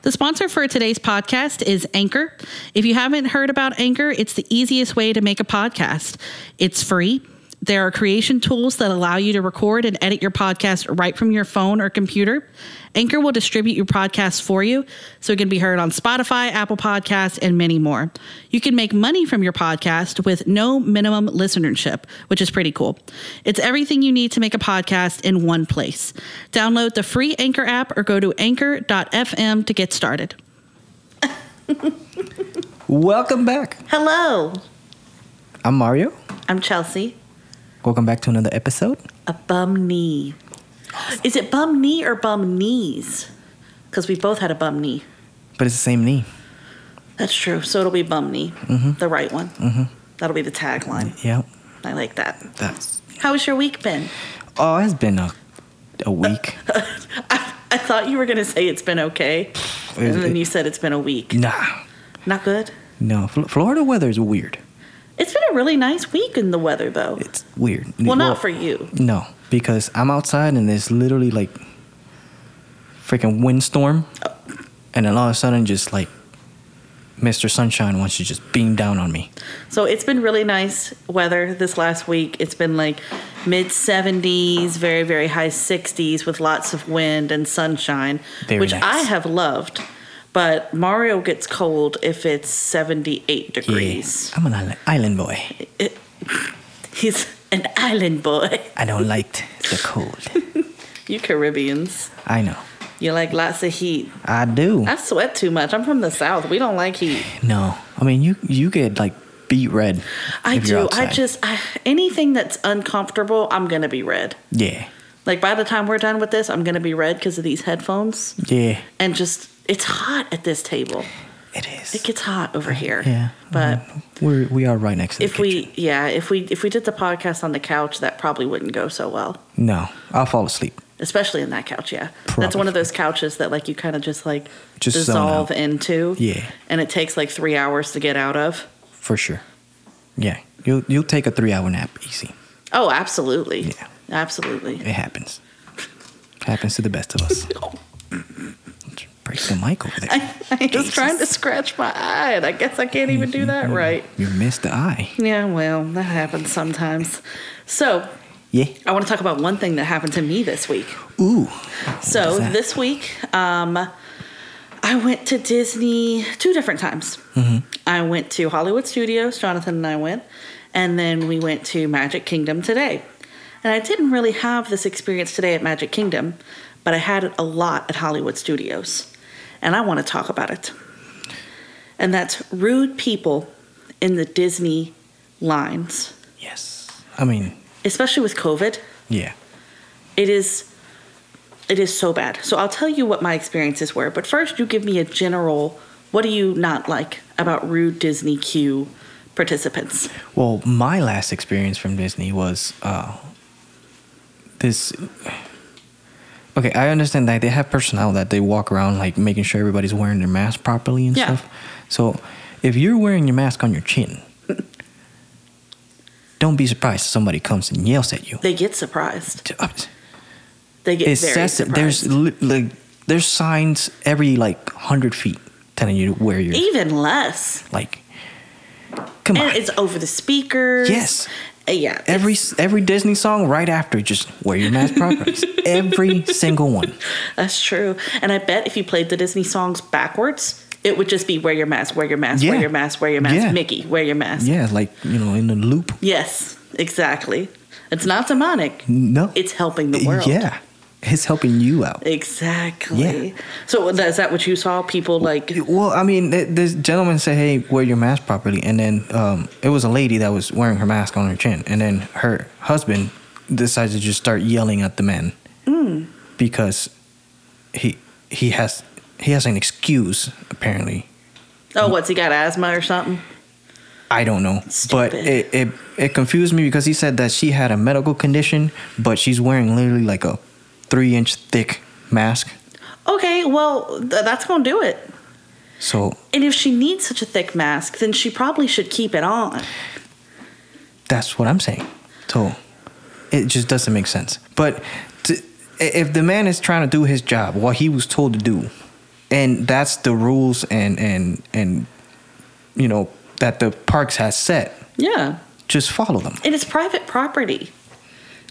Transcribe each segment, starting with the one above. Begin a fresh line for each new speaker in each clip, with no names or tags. The sponsor for today's podcast is Anchor. If you haven't heard about Anchor, it's the easiest way to make a podcast. It's free. There are creation tools that allow you to record and edit your podcast right from your phone or computer. Anchor will distribute your podcast for you so it can be heard on Spotify, Apple Podcasts, and many more. You can make money from your podcast with no minimum listenership, which is pretty cool. It's everything you need to make a podcast in one place. Download the free Anchor app or go to anchor.fm to get started.
Welcome back.
Hello,
I'm Mario.
I'm Chelsea.
Welcome back to another episode.
A bum knee. Is it bum knee or bum knees? Because we both had a bum knee.
But it's the same knee.
That's true. So it'll be bum knee, the right one. Mm-hmm. That'll be the tagline.
Yep.
I like that.
That's
How has your week been?
oh, it's been a a week.
I, I thought you were going to say it's been okay, and then you said it's been a week.
nah,
Not good.
no. Fl- Florida weather is weird.
It's been a really nice week in the weather, though.
It's weird.
Well, not for you.
No, because I'm outside and there's literally like freaking windstorm,
Oh.
and then all of a sudden, just like Mr. Sunshine wants to just beam down on me.
So it's been really nice weather this last week. It's been like mid 70s, very, very high 60s with lots of wind and sunshine,
Very
which
nice.
I have loved. But Mario gets cold if it's 78
Yeah.
degrees.
I'm an island, island boy.
He's an island boy.
I don't like the cold.
You Caribbeans,
I know.
you like lots of heat.
I do.
I sweat too much. I'm from the South. We don't like heat.
No, I mean you you get like beat red.
I
if you're
do. I
outside.
just, I, anything that's uncomfortable, I'm going to be red.
yeah
Like by the time we're done with this, I'm gonna be red because of these headphones.
yeah
And just it's hot at this table.
it
It
is.
gets hot over here.
Yeah, Mm-hmm.
But
We're we are right next to
if
the kitchen.
we yeah, if we if we did the podcast on the couch, that probably wouldn't go so well.
no, I'll fall asleep.
Especially in that couch, yeah. That's one
Probably.
of those couches that like you kind of just like
Just zone
dissolve
out.
into.
Yeah.
And it takes like three hours to get out of.
For sure. Yeah. You'll you'll take a three hour nap easy.
Oh, absolutely.
Yeah.
Absolutely.
It happens. happens to the best of us. Break the mic over there.
I'm just trying to scratch my eye, and I guess I can't even do that right.
You missed the eye.
Mm-hmm. Yeah, well, that happens sometimes. So,
Yeah.
I want to talk about one thing that happened to me this week.
Ooh.
So,
is that?
this week, um, I went to Disney two different times.
Mm-hmm.
I went to Hollywood Studios, Jonathan and I went, and then we went to Magic Kingdom today. And I didn't really have this experience today at Magic Kingdom, but I had it a lot at Hollywood Studios. And I want to talk about it. And that's rude people in the Disney lines,
Yes. I mean,
especially with COVID.
yeah.
It is it is so bad. So I'll tell you what my experiences were, but first you give me a general what do you not like about rude Disney Q participants?
Well, my last experience from Disney was uh, this. Okay, I understand that they have personnel that they walk around like making sure everybody's wearing their mask properly and
Yeah.
stuff. So, if you're wearing your mask on your chin, don't be surprised if somebody comes and yells at you.
They get surprised. They get
It's
very
excessive.
surprised.
There's li- like there's signs every like hundred feet telling you to wear your
even less.
like. Come on.
And it's over the speakers.
Yes.
Uh, Yeah.
Every every Disney song right after, just wear your mask properly. every single one.
That's true. And I bet if you played the Disney songs backwards, it would just be wear your mask, wear your mask, wear
Yeah.
your mask, wear your mask,
Yeah.
Mickey, wear your mask.
Yeah, like you know, in a loop.
Yes, exactly. It's not demonic.
No,
It's helping the world.
Yeah, it's helping you out.
Exactly.
Yeah.
So is that what you saw? People like
Well, I mean, th- this gentleman said, "Hey, wear your mask properly," and then um, it was a lady that was wearing her mask on her chin, and then her husband decides to just start yelling at the man
Mm.
because he he has he has an excuse apparently
oh, what's he got asthma or something?
I don't know, but
Stupid.
it, it it confused me because he said that she had a medical condition, but she's wearing literally like a three inch thick mask.
Okay, well th- that's gonna do it.
So
And if she needs such a thick mask, then she probably should keep it on.
that's what I'm saying. So it just doesn't make sense. But to, i- if the man is trying to do his job, what he was told to do, and that's the rules and and and you know that the parks has set.
Yeah.
Just follow them.
And it's private property.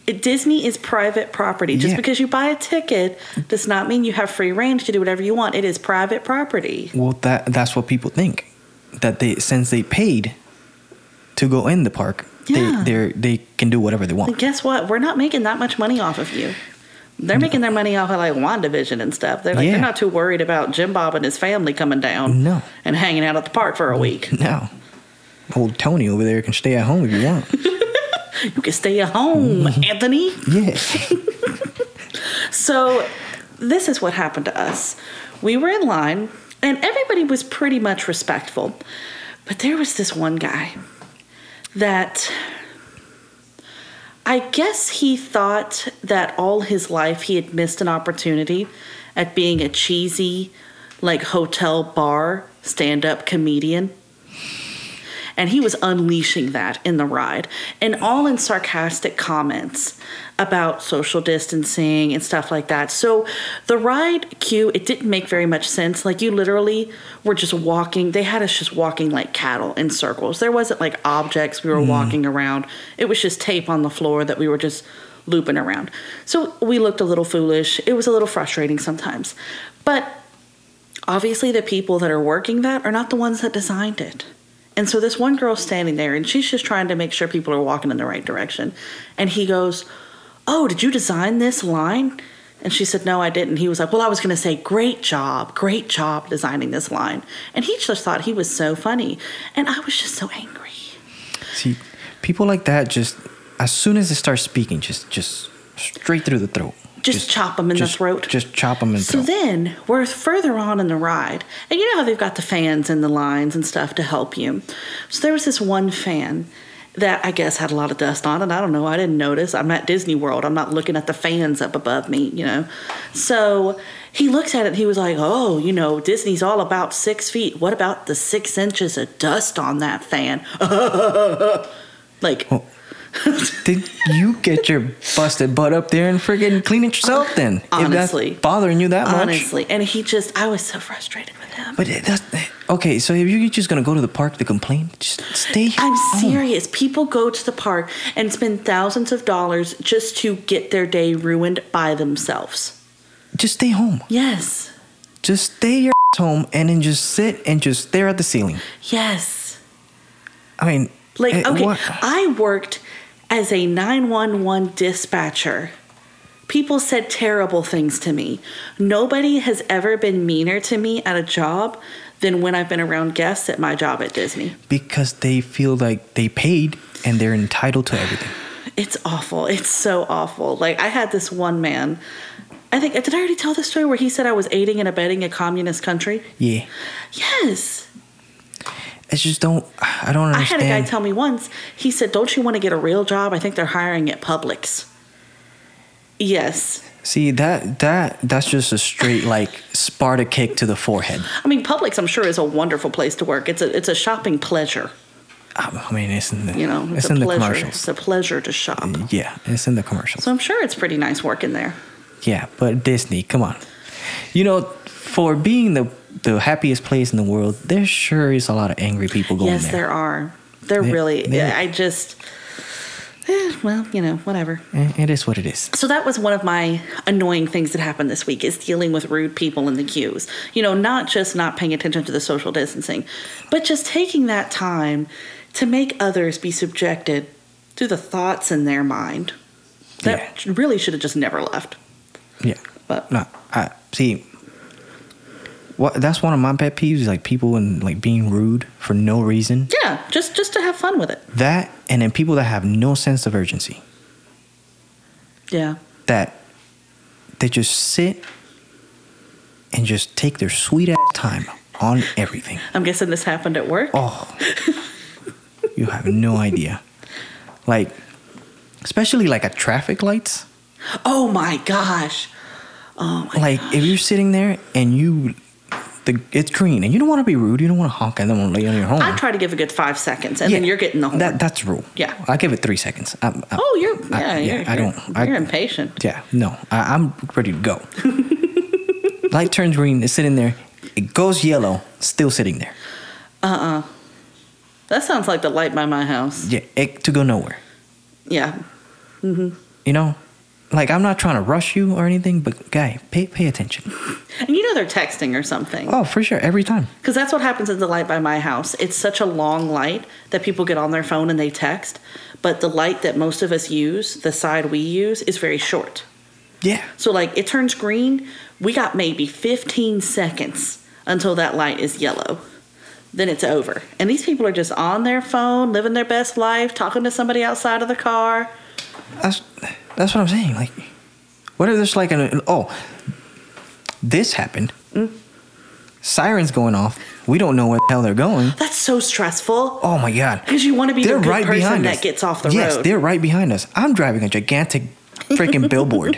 It, Disney is private property. Just
Yeah.
because you buy a ticket does not mean you have free range to do whatever you want. It is private property.
Well, that that's what people think. That they since they paid to go in the park,
Yeah.
they they they can do whatever they
And
want.
guess what? We're not making that much money off of you. They're making their money off of like WandaVision and stuff. They're like
Yeah.
they're not too worried about Jim Bob and his family coming down
No.
and hanging out at the park for a week.
Now, old Tony over there can stay at home if you want.
You can stay at home, Anthony.
yeah.
So this is what happened to us. We were in line and everybody was pretty much respectful. But there was this one guy that I guess he thought that all his life he had missed an opportunity at being a cheesy like hotel bar stand-up comedian. And he was unleashing that in the ride, and all in sarcastic comments about social distancing and stuff like that. So the ride queue, it didn't make very much sense. Like you literally were just walking. They had us just walking like cattle in circles. There wasn't like objects we were walking around. It was just tape on the floor that we were just looping around. So we looked a little foolish. It was a little frustrating sometimes. But obviously the people that are working that are not the ones that designed it. And so this one girl's standing there and she's just trying to make sure people are walking in the right direction. And he goes, Oh, did you design this line? And she said, No, I didn't. He was like, Well, I was going to say, Great job, great job designing this line. And he just thought he was so funny. And I was just so angry.
See, people like that just as soon as they start speaking, just just straight through the throat.
Just chop 'em in the
just-
throat.
Just chop them in the
So
throat.
then we're further on in the ride, and you know how they've got the fans and the lines and stuff to help you. So there was this one fan that I guess had a lot of dust on it. I don't know. I didn't notice. I'm at Disney World. I'm not looking at the fans up above me, you know. So he looks at it. And he was like, "Oh, you know, Disney's all about six feet. What about the six inches of dust on that fan?" like.
Well, Did you get your busted butt up there and friggin' clean it yourself then?
Uh, Honestly.
If that's bothering you that much.
Honestly, and he just—I was so frustrated with him.
But it- that's okay. So if you're just gonna go to the park to complain, just stay. Here
I'm serious. People go to the park and spend thousands of dollars just to get their day ruined by themselves.
Just stay home.
Yes.
Just stay your ass home and then just sit and just stare at the ceiling.
Yes.
I mean,
Like,
eh,
okay,
what-
I worked as a 911 dispatcher. People said terrible things to me. Nobody has ever been meaner to me at a job than when I've been around guests at my job at Disney.
Because they feel like they paid and they're entitled to everything.
It's awful. It's so awful. Like I had this one man. I think did I already tell this story where he said I was aiding and abetting a communist country?
Yeah.
Yes.
It's just don't. I don't
I had
understand.
a guy tell me once, he said, Don't you want to get a real job? I think they're hiring at Publix. Yes.
See that that that's just a straight like Sparta kick to the forehead.
I mean Publix I'm sure is a wonderful place to work. It's a it's a shopping pleasure.
I I mean, it's in the
You know,
it's,
it's, a
in the
pleasure.
commercials. Mm-hmm.
It's a pleasure to shop.
Yeah, it's in the commercials.
So I'm sure it's pretty nice working there.
Yeah, but Disney, come on. You know, for being the the happiest place in the world, there sure is a lot of angry people going
yes, there.
there.
are. They're
They-
really
they-
I just eh, well, you know, whatever.
Eh, It is what it is.
So that was one of my annoying things that happened this week is dealing with rude people in the queues. You know, not just not paying attention to the social distancing, but just taking that time to make others be subjected to the thoughts in their mind that really should have just never left.
Yeah.
But
No, I see. What that's one of my pet peeves, is like people and like being rude for no reason.
yeah, just just to have fun with it.
That and then people that have no sense of urgency.
Yeah.
that they just sit and just take their sweet ass time on everything.
I'm guessing this happened at work.
Oh, you have no idea. Like, especially like at traffic lights.
Oh my gosh. Oh my
Like, if you're sitting there and you, the it's green and you don't want to be rude, you don't want to honk at them on your home.
I try to give a good 5 seconds and then you're getting the whole
That that's the rule.
Yeah.
I give it three seconds. I, I,
Oh, you're
I-
yeah,
yeah,
you're,
I
you're-
don't- I-
you're impatient.
Yeah, no, I, I'm ready to go. Light turns green, it's sitting there, It goes yellow, still sitting there.
Uh-uh. That sounds like the light by my house.
Yeah, it to go nowhere.
Yeah.
You know, like I'm not trying to rush you or anything, but guy, pay pay attention.
And you know they're texting or something.
Oh, for sure, every time.
Because that's what happens at the light by my house. It's such a long light that people get on their phone and they text. But the light that most of us use, the side we use, is very short.
Yeah.
So, like, it turns green. We got maybe 15 seconds until that light is yellow. Then it's over. And these people are just on their phone, living their best life, talking to somebody outside of the car.
That's that's what I'm saying. Like, what if there's like an, an- oh, this happened.
Mm.
Sirens going off. We don't know where the hell they're going.
That's so stressful.
Oh my god.
Because you want to be
they're
the good
right
person
behind
that
us.
gets off the
yes,
road.
they're right behind us. I'm driving a gigantic freaking billboard,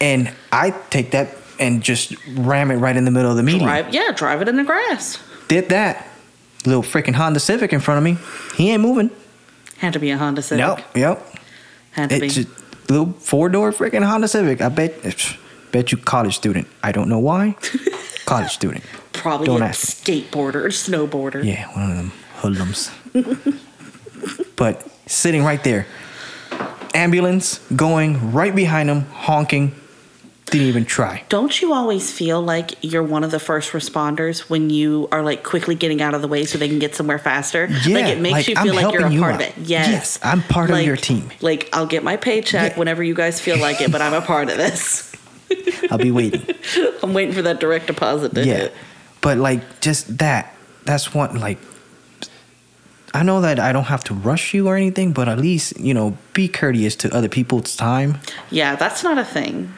and I take that and just ram it right in the middle of the median.
Drive, yeah, drive it in the grass.
Did that little freaking Honda Civic in front of me? He ain't moving.
Had to be a Honda Civic.
No, yep.
Had to be.
It's a little four door freaking Honda Civic. I bet, it's- bet you college student. I don't know why. college student.
Probably
Don't
a
ask.
skateboarder or snowboarder.
Yeah, one of them hoodlums. but sitting right there, ambulance going right behind him, honking. Didn't even try.
Don't you always feel like you're one of the first responders when you are like quickly getting out of the way so they can get somewhere faster?
Yeah,
like it makes
like,
you
I'm
feel like you're a
helping you
part
out.
of it. Yes.
Yes, I'm part of your team.
Like I'll get my paycheck
Yeah.
whenever you guys feel like it, but I'm a part of this.
I'll be waiting.
I'm waiting for that direct deposit to
yeah.
hit.
But like just that. That's one like I know that I don't have to rush you or anything, but at least, you know, be courteous to other people's time.
Yeah, that's not a thing.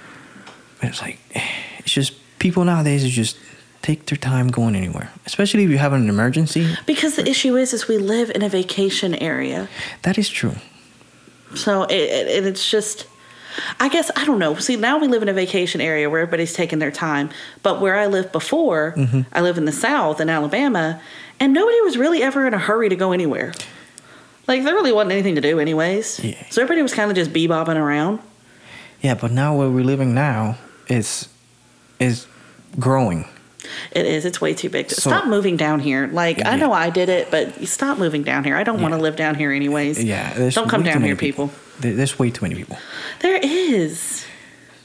But it's like it's just people nowadays is just take their time going anywhere. Especially if you have an emergency.
Because the issue is is we live in a vacation area.
That is true.
So it, it, and it's just, I guess I don't know. See, now we live in a vacation area where everybody's taking their time. But where I lived before,
Mm-hmm.
I live in the South in Alabama, and nobody was really ever in a hurry to go anywhere. Like there really wasn't anything to do, anyways.
Yeah.
So everybody was kind of just bebopping around.
Yeah, but now where we're living now is is growing.
It is. It's way too big.
So-
stop moving down here. Like
Yeah.
I know I did it, but you stop moving down here. I don't want to
Yeah.
live down here, anyways.
Yeah. there's
Don't come
way too
down
many
here, people.
There- There's way too many people.
There is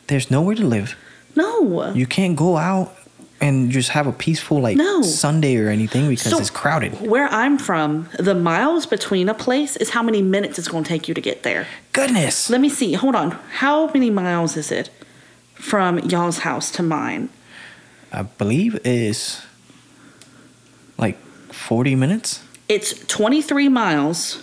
There's nowhere to live.
no.
You can't go out and just have a peaceful like
No.
Sunday or anything because
So-
it's crowded.
Where I'm from, the miles between a place is how many minutes it's going to take you to get there.
Goodness.
Let me see. Hold on. How many miles is it from y'all's house to mine?
I believe is like 40 minutes.
It's 23 miles.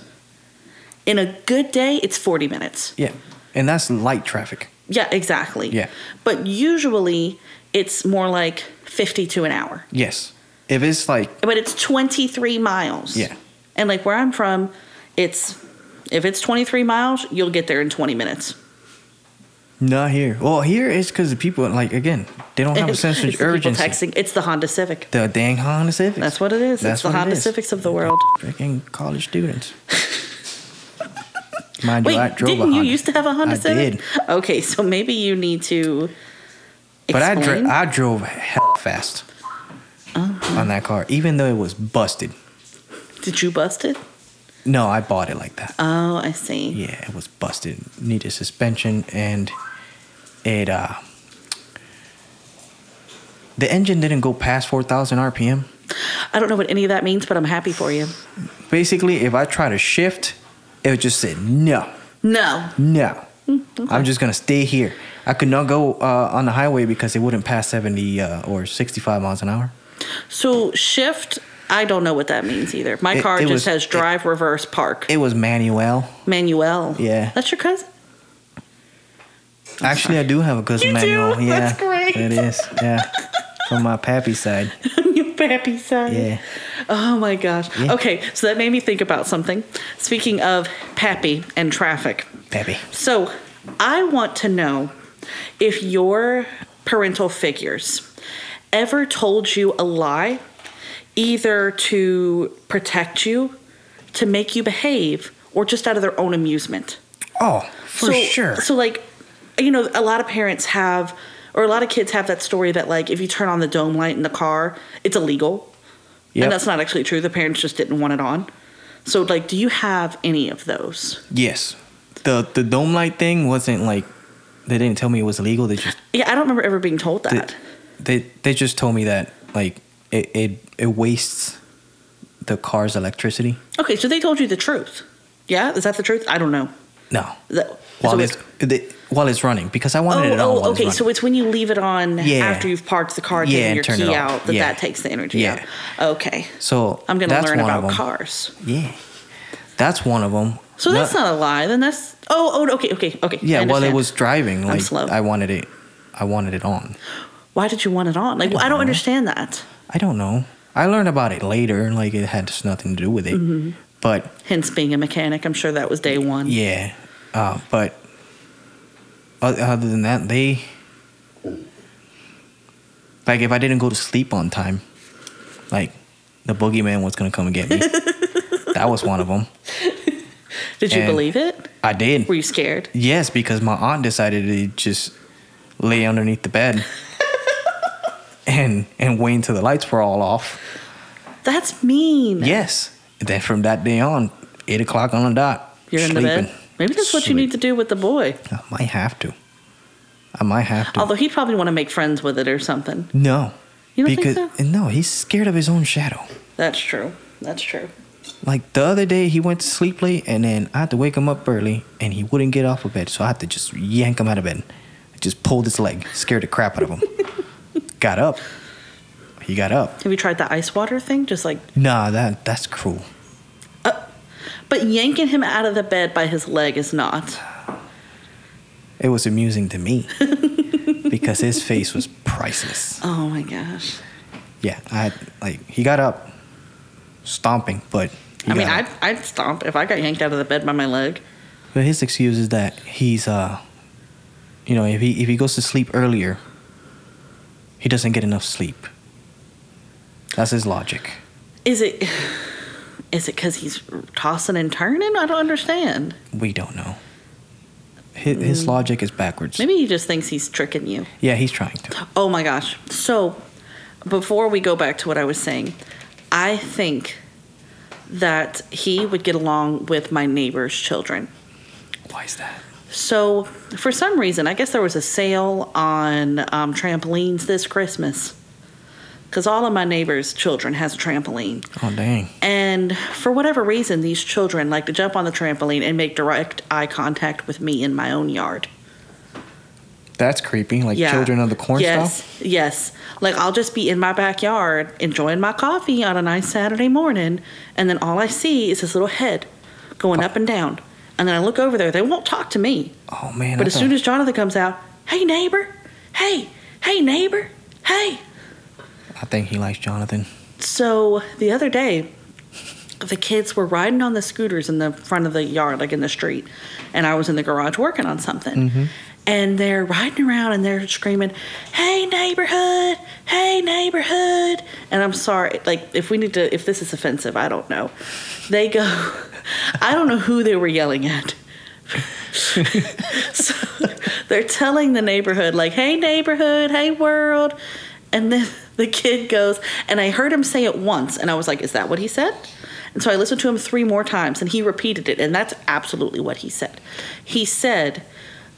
In a good day, it's 40 minutes.
Yeah. And that's light traffic.
Yeah, exactly.
Yeah.
But usually it's more like 50 to an hour.
Yes. If it's like
But it's 23 miles.
Yeah.
And like where I'm from, it's if it's 23 miles, you'll get there in 20 minutes.
not here. Well, here is because the people like again they don't have a sense
It's
of
the people
urgency.
texting. It's the Honda Civic.
The dang Honda Civics.
That's what it is.
That's
it's the
what it
Honda
is.
Civics of the world.
Freaking college students. Mind
Wait,
you, I drove a
didn't you
Honda.
used to have a Honda
I
Civic?
did.
Okay, so maybe you need to.
But I,
explain. Uh-huh.
dri- I drove hell fast on that car, even though it was busted.
Did you bust it?
No, I bought it like that.
Oh, I see.
Yeah, it was busted. Needed suspension, and it uh, the engine didn't go past four thousand RPM.
I don't know what any of that means, but I'm happy for you.
Basically, if I try to shift, it would just say no,
No.
no.
Mm,
I'm just gonna stay here. I could not go uh, on the highway because it wouldn't pass seventy uh, or sixty-five miles an hour.
So shift. I don't know what that means either. My
It-
car
it
just
was-
has
it-
drive, reverse, park.
It was manual.
Manuel.
Yeah.
That's your cousin.
Actually, I do have a cousin
You do?
manual. Yeah,
That's great.
It is. Yeah, from my pappy side.
your pappy side.
Yeah.
Oh my gosh.
Yeah.
Okay, so that made me think about something. Speaking of pappy and traffic.
Pappy.
So, I want to know if your parental figures ever told you a lie, either to protect you, to make you behave, or just out of their own amusement.
Oh, for sure.
So, like, you know, a lot of parents have or a lot of kids have that story that like if you turn on the dome light in the car, it's illegal.
Yep.
And that's not actually true. The parents just didn't want it on. So like, do you have any of those?
Yes. The the dome light thing wasn't like they didn't tell me it was illegal. They just
Yeah, I don't remember ever being told
they,
that.
they they just told me that like it it, it wastes the car's electricity.
Okay, so they told you the truth. Yeah, is that the truth? I don't know.
No.
That-
While
so
it's they, while it's running because I wanted it
oh,
on.
oh,
while it's
okay. So
running.
it's when you leave it on
Yeah.
after you've parked the car,
Yeah,
taking
and
your
turn it
key
off.
out, that
Yeah.
that takes the energy
Yeah.
out. Okay.
so
I'm gonna
that's
learn
one
about
of 'em.
cars.
Yeah. That's one of them.
So that's not a lie. Then that's oh oh okay okay okay. I
Yeah, while it
understand.
was driving, like
slow.
I wanted it, I wanted it on.
Why did you want it on? Like I don't,
don't know.
understand that.
I don't know. I learned about it later, like it had just nothing to do with it.
Mm-hmm.
But
Hence being a mechanic, I'm sure that was day one.
yeah, uh, but o- other than that, they like if I didn't go to sleep on time, like the boogeyman was gonna come and get me. that was one of them.
Did you
And-
believe it?
I did.
Were you scared?
Yes, because my aunt decided to just lay underneath the bed and and wait until the lights were all off.
That's mean.
Yes. And then from that day on, eight o'clock on the dot.
You're in the bed. Maybe that's what you need to do with the boy.
I might have to. I might have to.
Although he'd probably want to make friends with it or something.
no.
You don't
because
think so?
no, he's scared of his own shadow.
That's true. That's true.
Like the other day, he went to sleep late, and then I had to wake him up early, and he wouldn't get off of bed, so I had to just yank him out of bed. I just pulled his leg, scared the crap out of him. got up. He got up.
Have you tried the ice water thing? Just like,
Nah, that that's cruel.
but yanking him out of the bed by his leg is not.
It was amusing to me because his face was priceless.
Oh my gosh.
Yeah, I like he got up, stomping, but he
I mean,
got
I'd,
up.
I'd stomp if I got yanked out of the bed by my leg.
But his excuse is that he's uh, you know, if he if he goes to sleep earlier, he doesn't get enough sleep. That's his logic.
Is it? Is it because he's tossing and turning? I don't understand.
We don't know. His, his logic is backwards.
Mm. Maybe he just thinks he's tricking you.
Yeah, he's trying to.
Oh my gosh. So, before we go back to what I was saying, I think that he would get along with my neighbor's children.
Why is that?
So, for some reason, I guess there was a sale on um, trampolines this Christmas because all of my neighbors' children has a trampoline,
Oh dang!
and for whatever reason, these children like to jump on the trampoline and make direct eye contact with me in my own yard.
That's creepy. Like children of the corn
yes,
style.
Yes. Like I'll just be in my backyard enjoying my coffee on a nice Saturday morning, and then all I see is this little head going up and down. And then I look over there, they won't talk to me.
Oh man!
But
I
as soon
thought-
as Jonathan comes out, hey neighbor, hey, hey neighbor, hey.
I think he likes Jonathan.
So the other day, the kids were riding on the scooters in the front of the yard, like in the street, and I was in the garage working on something. And they're riding around and they're screaming, "Hey neighborhood! Hey neighborhood!" And I'm sorry, like if we need to, if this is offensive, I don't know. They go, I don't know who they were yelling at. so they're telling the neighborhood, like, hey, neighborhood, hey, world. And then the kid goes, and I heard him say it once, and I was like, is that what he said? And so I listened to him three more times, and he repeated it, and that's absolutely what he said. He said,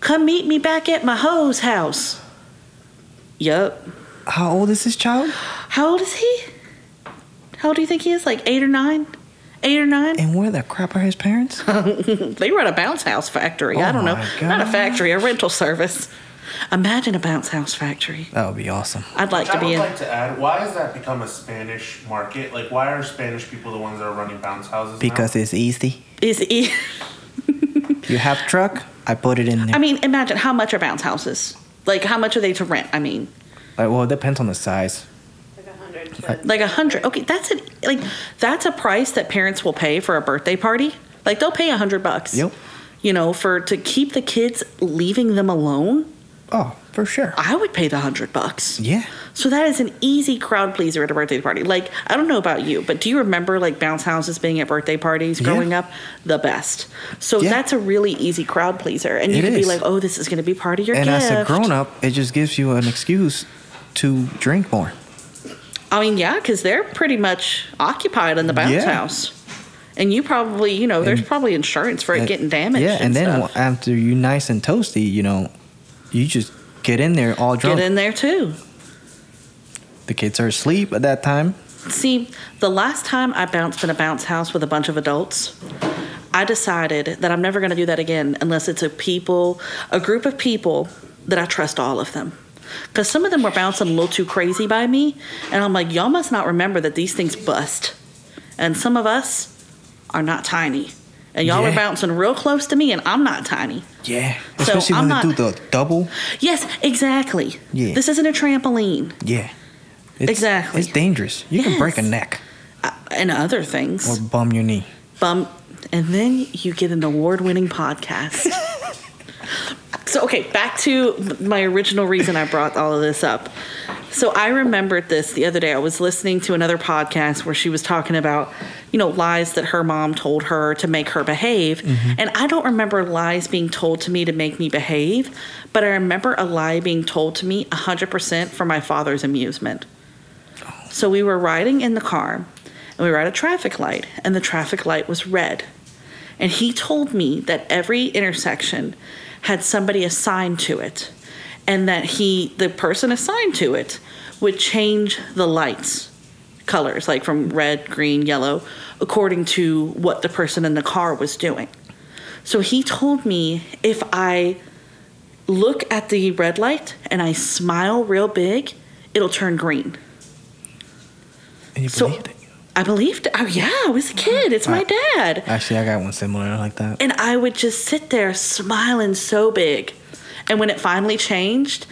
come meet me back at my hoe's house. Yup.
How old is this child?
How old is he? How old do you think he is? Like eight or nine? Eight or nine?
And where the crap are his parents?
They run a bounce house factory. I
Oh
don't know.
my
Not a
gosh.
factory, a rental service. Imagine a bounce house factory.
That would be awesome.
I'd like
I
to
would
be in.
like to add, why has that become a Spanish market? Like, why are Spanish people the ones that are running bounce houses?
Because
now?
it's easy.
Is e-
You have truck, I put it in there.
I mean, imagine how much are bounce houses? Like, how much are they to rent? I mean,
Like, well, it depends on the size.
Like a hundred kids.
like a hundred. Okay, that's it. Like, that's a price that parents will pay for a birthday party. Like, they'll pay a hundred bucks.
Yep.
You know, for to keep the kids leaving them alone,
Oh, for sure.
I would pay the hundred bucks.
Yeah.
So that is an easy crowd pleaser at a birthday party. Like, I don't know about you, but do you remember like bounce houses being at birthday parties
Yeah.
growing up? The best. So
Yeah.
that's a really easy crowd pleaser. And you
It
could be
is.
like, oh, this is going to be part of your
And
gift.
as a grown up, it just gives you an excuse to drink more.
I mean, yeah, because they're pretty much occupied in the bounce
Yeah.
house. And you probably, you know, there's
And-
probably insurance for it
Uh,
getting damaged.
Yeah, and, then
stuff.
after you nice and toasty, you know, you just get in there all drunk.
get in there too.
The kids are asleep at that time.
See, the last time I bounced in a bounce house with a bunch of adults, I decided that I'm never going to do that again unless it's a people, a group of people that I trust all of them. Because some of them were bouncing a little too crazy by me, and I'm like, y'all must not remember that these things bust. And some of us are not tiny. And y'all are
Yeah.
bouncing real close to me, and I'm not tiny.
Yeah,
So,
especially
I'm
when
not-
they do the double.
Yes, exactly.
Yeah.
This isn't a trampoline
Yeah, it's,
Exactly.
It's dangerous. You can break a
Yes.
neck
uh, and other things.
or bum your knee.
bum, and then you get an award-winning podcast. so okay, back to my original reason I brought all of this up. So I remembered this the other day. I was listening to another podcast where she was talking about, you know, lies that her mom told her to make her behave. And I don't remember lies being told to me to make me behave, but I remember a lie being told to me 100% for my father's amusement. So we were riding in the car and we were at a traffic light, and the traffic light was red. And he told me that every intersection had somebody assigned to it, and that he, the person assigned to it, would change the lights colors, like from red, green, yellow, according to what the person in the car was doing. So he told me if I look at the red light and I smile real big, it'll turn green.
And you
So-
believed it.
I believed. Oh yeah, I was a kid. It's my
Wow.
dad.
Actually, I got one similar like that.
And I would just sit there smiling so big. And when it finally changed,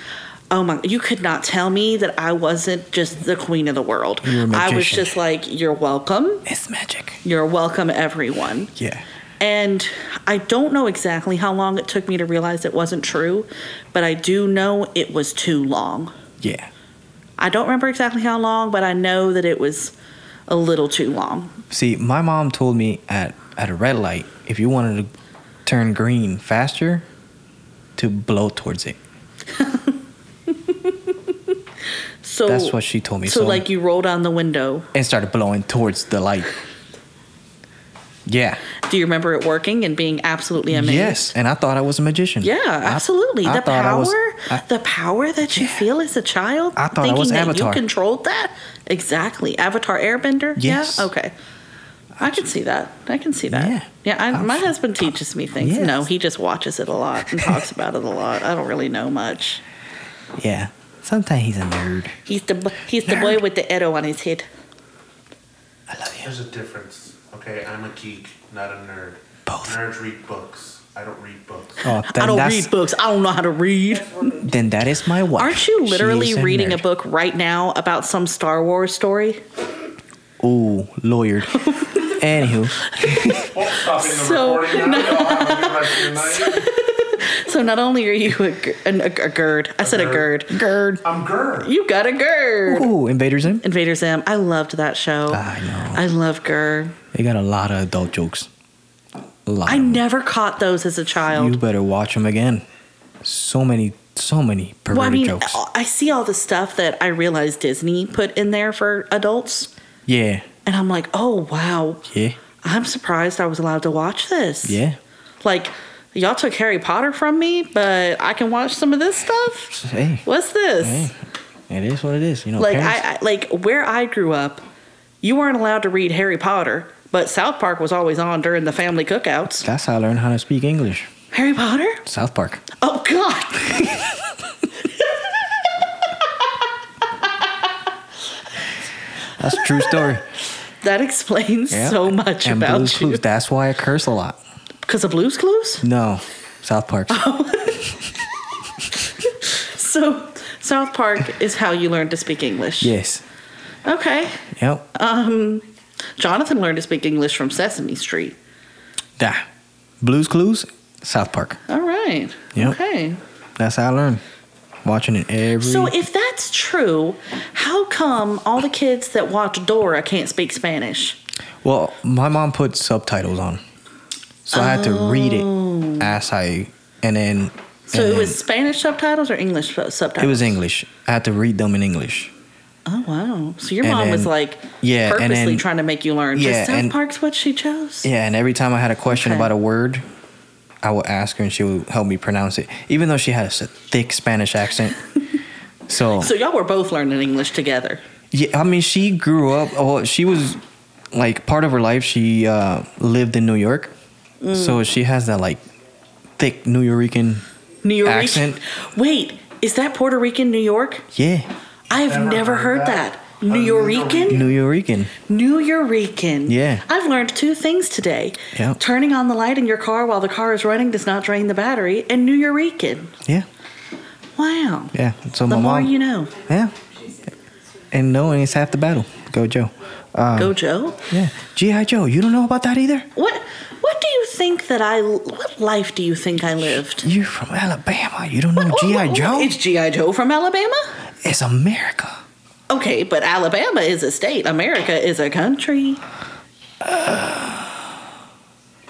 oh my! You could not tell me that I wasn't just the queen of the world.
You're a
I was
magician.
just like, you're welcome.
It's magic.
You're welcome, everyone.
Yeah.
And I don't know exactly how long it took me to realize it wasn't true, but I do know it was too long.
Yeah.
I don't remember exactly how long, but I know that it was a little too long.
See, my mom told me at, at a red light, if you wanted to turn green faster, to blow towards it.
So
That's what she told me.
So, like you roll down the window.
and started blowing towards the light. Yeah.
Do you remember it working and being absolutely amazing?
Yes. And I thought I was a magician.
Yeah,
I-
absolutely.
I
the
thought
power,
I was- I-
the power that you
Yeah.
feel as a child,
I thought I
thinking
was
that you
Avatar.
controlled that. Exactly, Avatar Airbender.
Yes.
Yeah. Okay. I can see that. I can see that. Yeah.
Yeah.
I, my
Absolutely.
husband teaches me things.
Yes.
No, he just watches it a lot and talks about it a lot. I don't really know much.
yeah. Sometimes he's a nerd.
He's the b- he's the boy with the Edo on his head.
I love you.
There's a difference. Okay, I'm a geek, not a nerd.
Both.
Nerds read books. I don't read books.
Oh, then
I don't
that's,
read books. I don't know how to read.
Then that is my wife.
Aren't you
She
literally
is a
reading a
nerd.
book right now about some Star Wars story?
Ooh, lawyered. Anywho,
Well, Oh, stopping the
So-
recording now. Y'all have a good rest of your night.
So not only are you a, g- an- a, a GERD, I said a
GERD.
GERD. GERD.
I'm GERD.
You got a GERD.
ooh, Uh, Invader Zim.
Invader Zim. I loved that show.
I know.
I love GERD.
They got a lot of adult jokes. A lot.
I
of them.
never caught those as a
um, You
child.
better watch them again. So many, so many perverted
Well, I mean, uh,
jokes.
I see all the stuff that I realized Disney put in there for adults,
Yeah,
and I'm like, oh wow,
yeah,
I'm surprised I was allowed to watch this.
yeah.
Like, y'all took Harry Potter from me, but I can watch some of this stuff.
Hey,
What's this?
hey, it is what it is. You know,
like
parents,
I, I like where I grew up, you weren't allowed to read Harry Potter, but South Park was always on during the family cookouts.
that's how I learned how to speak English.
Harry Potter?
South Park.
Oh God!
That's a true story.
That explains
Yeah.
so much
and
about
Blue's
you.
Clues. That's why I curse a lot.
Because of Blue's Clues.
No, South Park.
Oh. So South Park is how you learned to speak English.
yes.
Okay. Um,
Yep.
Jonathan learned to speak English from Sesame Street.
Da. Blue's Clues. South Park.
All right.
Yep.
Okay.
That's how I learned. Watching it every.
So if that that's true, how come all the kids that watch Dora can't speak Spanish?
Well, my mom put subtitles on, so I had to read it as I and then.
Oh. So
and
it
then-
was Spanish subtitles or English sub- subtitles?
It was English. I had to read them in English.
Oh wow! So your
And
mom was
then-
like
yeah, and
purposely
then-
trying to make you learn.
yeah,
Yeah, South
and-
Park's what she chose.
Yeah, and every time I had a question
Okay.
about a word, I would ask her and she would help me pronounce it, even though she had a s- thick Spanish accent. so,
So y'all were both learning English together.
yeah, I mean, she grew up, well, she was like part of her life, she uh, lived in New York.
Mm.
So she has that like thick New Yorican.
New York
Accent.
Wait, is that Puerto Rican New York?
Yeah,
I have never, heard, that. New Yorican?
New Yorican.
New Yorican.
Yeah.
I've learned two things today.
Yeah.
Turning on the light in your car while the car is running does not drain the battery, and New Yorican.
Yeah,
Wow.
yeah. So
The
my
more
mom.
you know.
Yeah. And knowing is half the battle. Go, Joe. Um,
Go, Joe.
Yeah. G.I. Joe, you don't know about that either?
What? What do you think that I? What life do you think I lived?
You're from Alabama. You don't know
What-
G.I.
what-
Joe?
It's G.I. Joe from Alabama?
It's America.
Okay, but Alabama is a state. America is a country.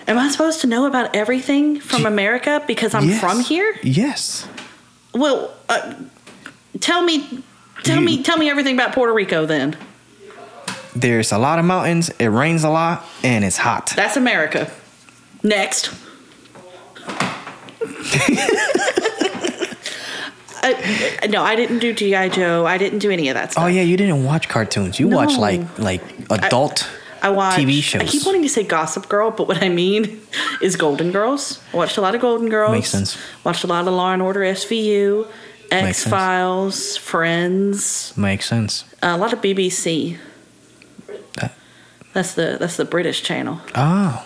Am I supposed to know about everything from
Gee-
America because I'm
Yes.
from here?
Yes.
Well, uh, tell me, tell
You-
me, tell me everything about Puerto Rico. Then
There's a lot of mountains, it rains a lot, and it's hot.
that's America. Next. Uh, I, no, I didn't do GI Joe. I didn't do any of that stuff.
Oh yeah, you didn't watch cartoons. You watch
No.
like like adult
I watch
TV
I
shows.
keep wanting to say Gossip Girl, but what I mean is Golden Girls. I watched a lot of Golden Girls.
Makes sense.
Watched a lot of Law and Order SVU,
sense.
X Files, Friends, uh,
Makes sense.
a lot of BBC.
That-
That's the that's the British channel,
Oh,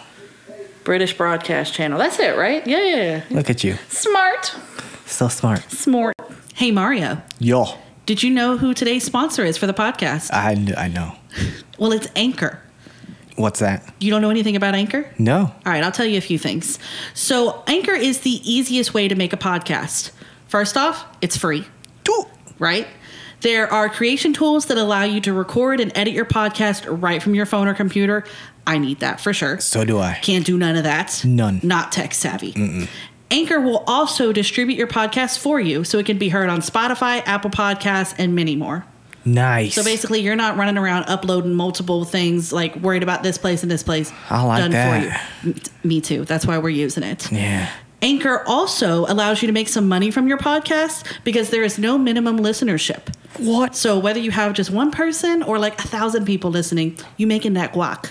British broadcast channel. That's it, right? Yeah, yeah. yeah.
look at you.
Smart,
So smart.
smart.
Hey, Mario,
Yo,
did you know who today's sponsor is for the podcast?
I, kn- I know.
Well, it's Anchor.
What's that?
You don't know anything about Anchor?
No.
All right, I'll tell you a few things. So, Anchor is the easiest way to make a podcast. First off, it's free,
Do-
right? There are creation tools that allow you to record and edit your podcast right from your phone or computer. I need that for sure.
So do I.
Can't do none of that.
None.
Not tech savvy. Anchor will also distribute your podcast for you so it can be heard on Spotify, Apple Podcasts, and many more.
Nice.
So basically, you're not running around uploading multiple things, like worried about this place and this place.
I like that.
for you. M- Me too. That's why we're using it.
Yeah.
Anchor also allows you to make some money from your podcast because there is no minimum listenership.
What?
So whether you have just one person or like a thousand people listening, you making that guac.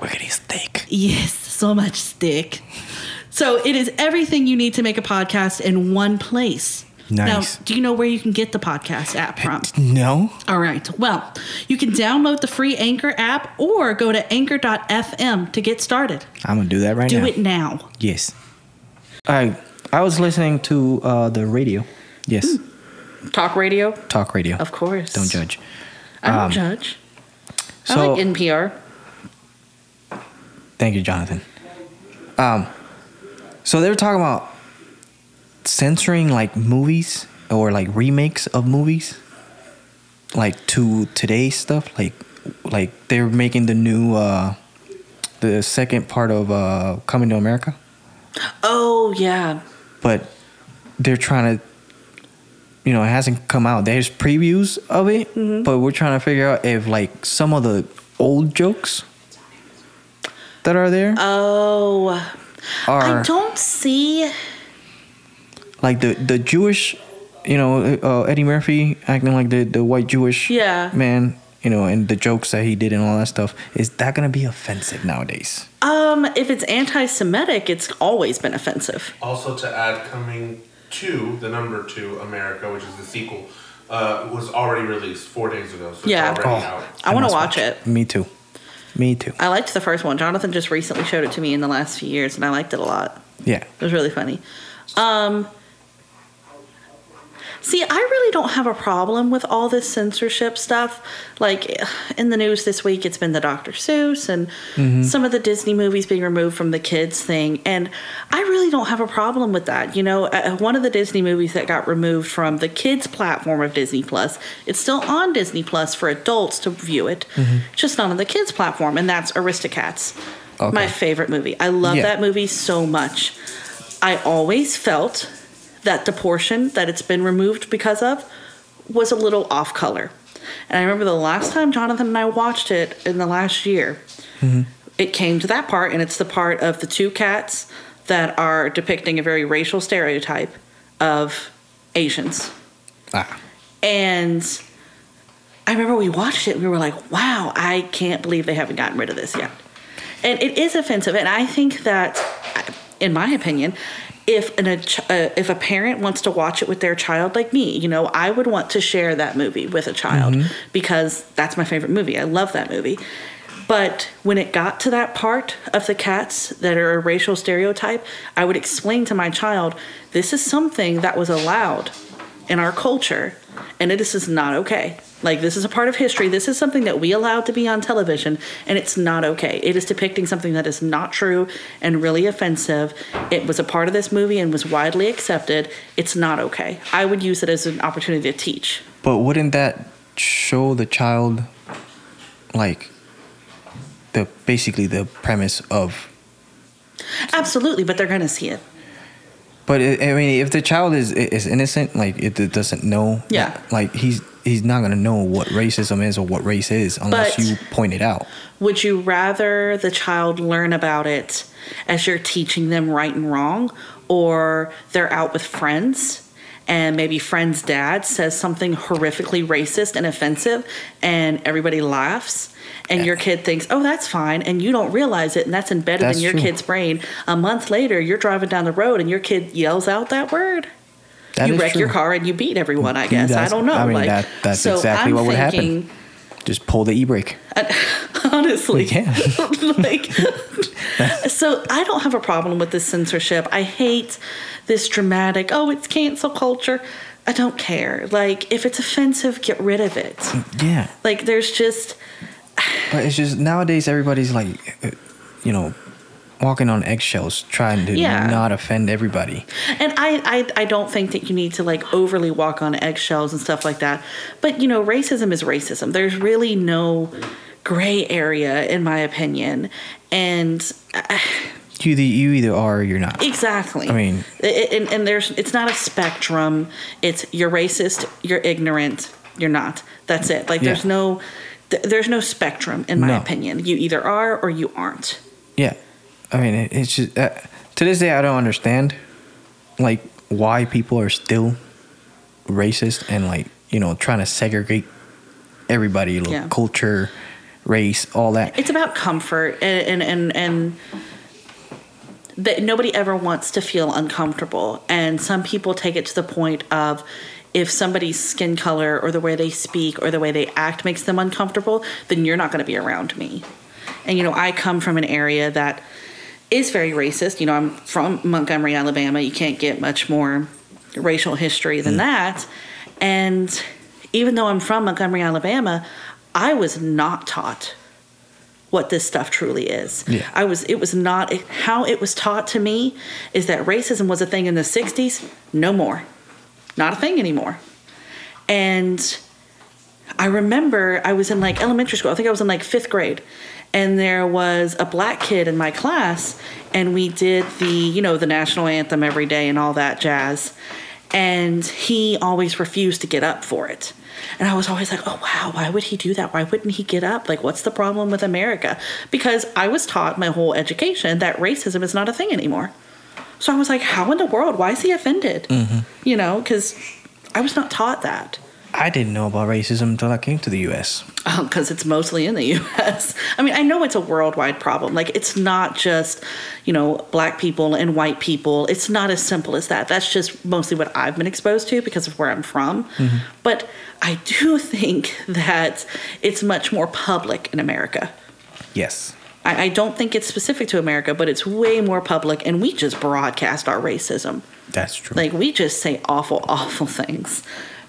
We're getting steak.
Yes, so much stick. So it is everything you need to make a podcast in one place.
Nice.
Now, do you know where you can get the podcast app from?
No.
All right. Well, you can download the free Anchor app or go to anchor.fm to get started.
I'm gonna do that right
Do
now.
it now.
Yes. I I was listening to uh, the radio. Yes.
Talk radio,
Talk radio.
Hmm. of course.
Don't judge.
I don't
Um,
judge. I
so-
like NPR.
Thank you, Jonathan. Um, so they were talking about censoring like movies or like remakes of movies, like to today's stuff. Like, like they're making the new, uh, the second part of uh, Coming to America,
Oh yeah,
but they're trying to, you know, it hasn't come out. There's previews of it,
Mm-hmm.
but we're trying to figure out if like some of the old jokes that are there
Oh,
are.
I don't see.
like the the Jewish, you know, uh, Eddie Murphy acting like the the white Jewish
Yeah.
man, you know, and the jokes that he did and all that stuff. Is that gonna be offensive nowadays?
Um, if it's anti-Semitic, it's always been offensive.
Also, to add, coming to the number two America, which is the sequel, uh, was already released four days ago, so
Yeah.
it's
Oh.
already out.
I wanna
must
watch it.
Me too. Me too.
I liked the first one. Jonathan just recently showed it to me in the last few years, and I liked it a lot.
Yeah.
It was really funny. Um, See, I really don't have a problem with all this censorship stuff. Like in the news this week, it's been the Dr. Seuss and some of the Disney movies being removed from the kids thing. And I really don't have a problem with that. You know, uh, one of the Disney movies that got removed from the kids platform of Disney Plus, it's still on Disney Plus for adults to view it, just not on the kids platform. And that's Aristocats.
Okay.
My favorite movie. I love
Yeah.
that movie so much. I always felt that the portion that it's been removed because of was a little off color. And I remember the last time Jonathan and I watched it in the last year, it came to that part, and it's the part of the two cats that are depicting a very racial stereotype of Asians.
Ah,
And I remember we watched it and we were like, wow, I can't believe they haven't gotten rid of this yet. And it is offensive. And I think that, in my opinion, if an a, ch- uh, if a parent wants to watch it with their child, like me, you know, I would want to share that movie with a child because that's my favorite movie. I love that movie. But when it got to that part of the cats that are a racial stereotype, I would explain to my child, this is something that was allowed in our culture, and it- this is not okay. Like, this is a part of history. This is something that we allowed to be on television, and it's not okay. It is depicting something that is not true and really offensive. It was a part of this movie and was widely accepted. It's not okay. I would use it as an opportunity to teach.
but wouldn't that show the child, like, the basically the premise of?
Absolutely, but they're going to see it.
But it, I mean, if the child is is innocent, like it, it doesn't know,
Yeah.
like he's he's not gonna know what racism is or what race is unless
But-
you point it out.
Would you rather the child learn about it as you're teaching them right and wrong, or they're out with friends and maybe friend's dad says something horrifically racist and offensive and everybody laughs and your kid thinks, oh, that's fine, and you don't realize it and that's embedded
That's
in your
true.
kid's brain. A month later, you're driving down the road and your kid yells out that word
That
you
is
wreck your
true.
car and you beat everyone. I guess I
That's-
don't know.
I mean,
like
that- that's exactly what would happen. Just pull the e brake.
Honestly,
Yeah.
like, so I don't have a problem with this censorship. I hate this dramatic. Oh, it's cancel culture. I don't care. Like, if it's offensive, get rid of it.
Yeah.
Like, there's just
But it's just nowadays everybody's like, uh, you know, walking on eggshells, trying to
Yeah.
not offend everybody.
And I, I, I don't think that you need to like overly walk on eggshells and stuff like that. But you know, racism is racism. There's really no gray area, in my opinion. And uh,
You either, you either are or you're not.
exactly.
I mean-
I- I- and, and there's it's not a spectrum. It's you're racist, you're ignorant, you're not. That's it. Like there's
Yeah.
no th- there's no spectrum, in my
No.
opinion. You either are or you aren't.
Yeah, I mean it, it's just uh, to this day I don't understand like why people are still racist and like you know trying to segregate everybody, like,
Yeah.
culture, race, all that.
it's about comfort and and and, and that nobody ever wants to feel uncomfortable and some people take it to the point of if somebody's skin color or the way they speak or the way they act makes them uncomfortable then you're not going to be around me and you know i come from an area that is very racist you know i'm from montgomery alabama you can't get much more racial history than that and even though i'm from montgomery alabama i was not taught what this stuff truly is.
Yeah.
I was it was not how it was taught to me is that racism was a thing in the 60s, no more. Not a thing anymore. And I remember I was in like elementary school. I think I was in like 5th grade. And there was a black kid in my class and we did the, you know, the national anthem every day and all that jazz. And he always refused to get up for it. And I was always like, oh, wow, why would he do that? Why wouldn't he get up? Like, what's the problem with America? Because I was taught my whole education that racism is not a thing anymore. So I was like, how in the world? Why is he offended? You know, because I was not taught that
I didn't know about racism until I came to the U.S.
because Um, it's mostly in the US. I mean, I know it's a worldwide problem. Like, it's not just, you know, black people and white people. It's not as simple as that. That's just mostly what I've been exposed to because of where I'm from. But I do think that it's much more public in America.
Yes,
I, I don't think it's specific to America, but it's way more public, and we just broadcast our racism.
That's true.
Like we just say awful, awful things.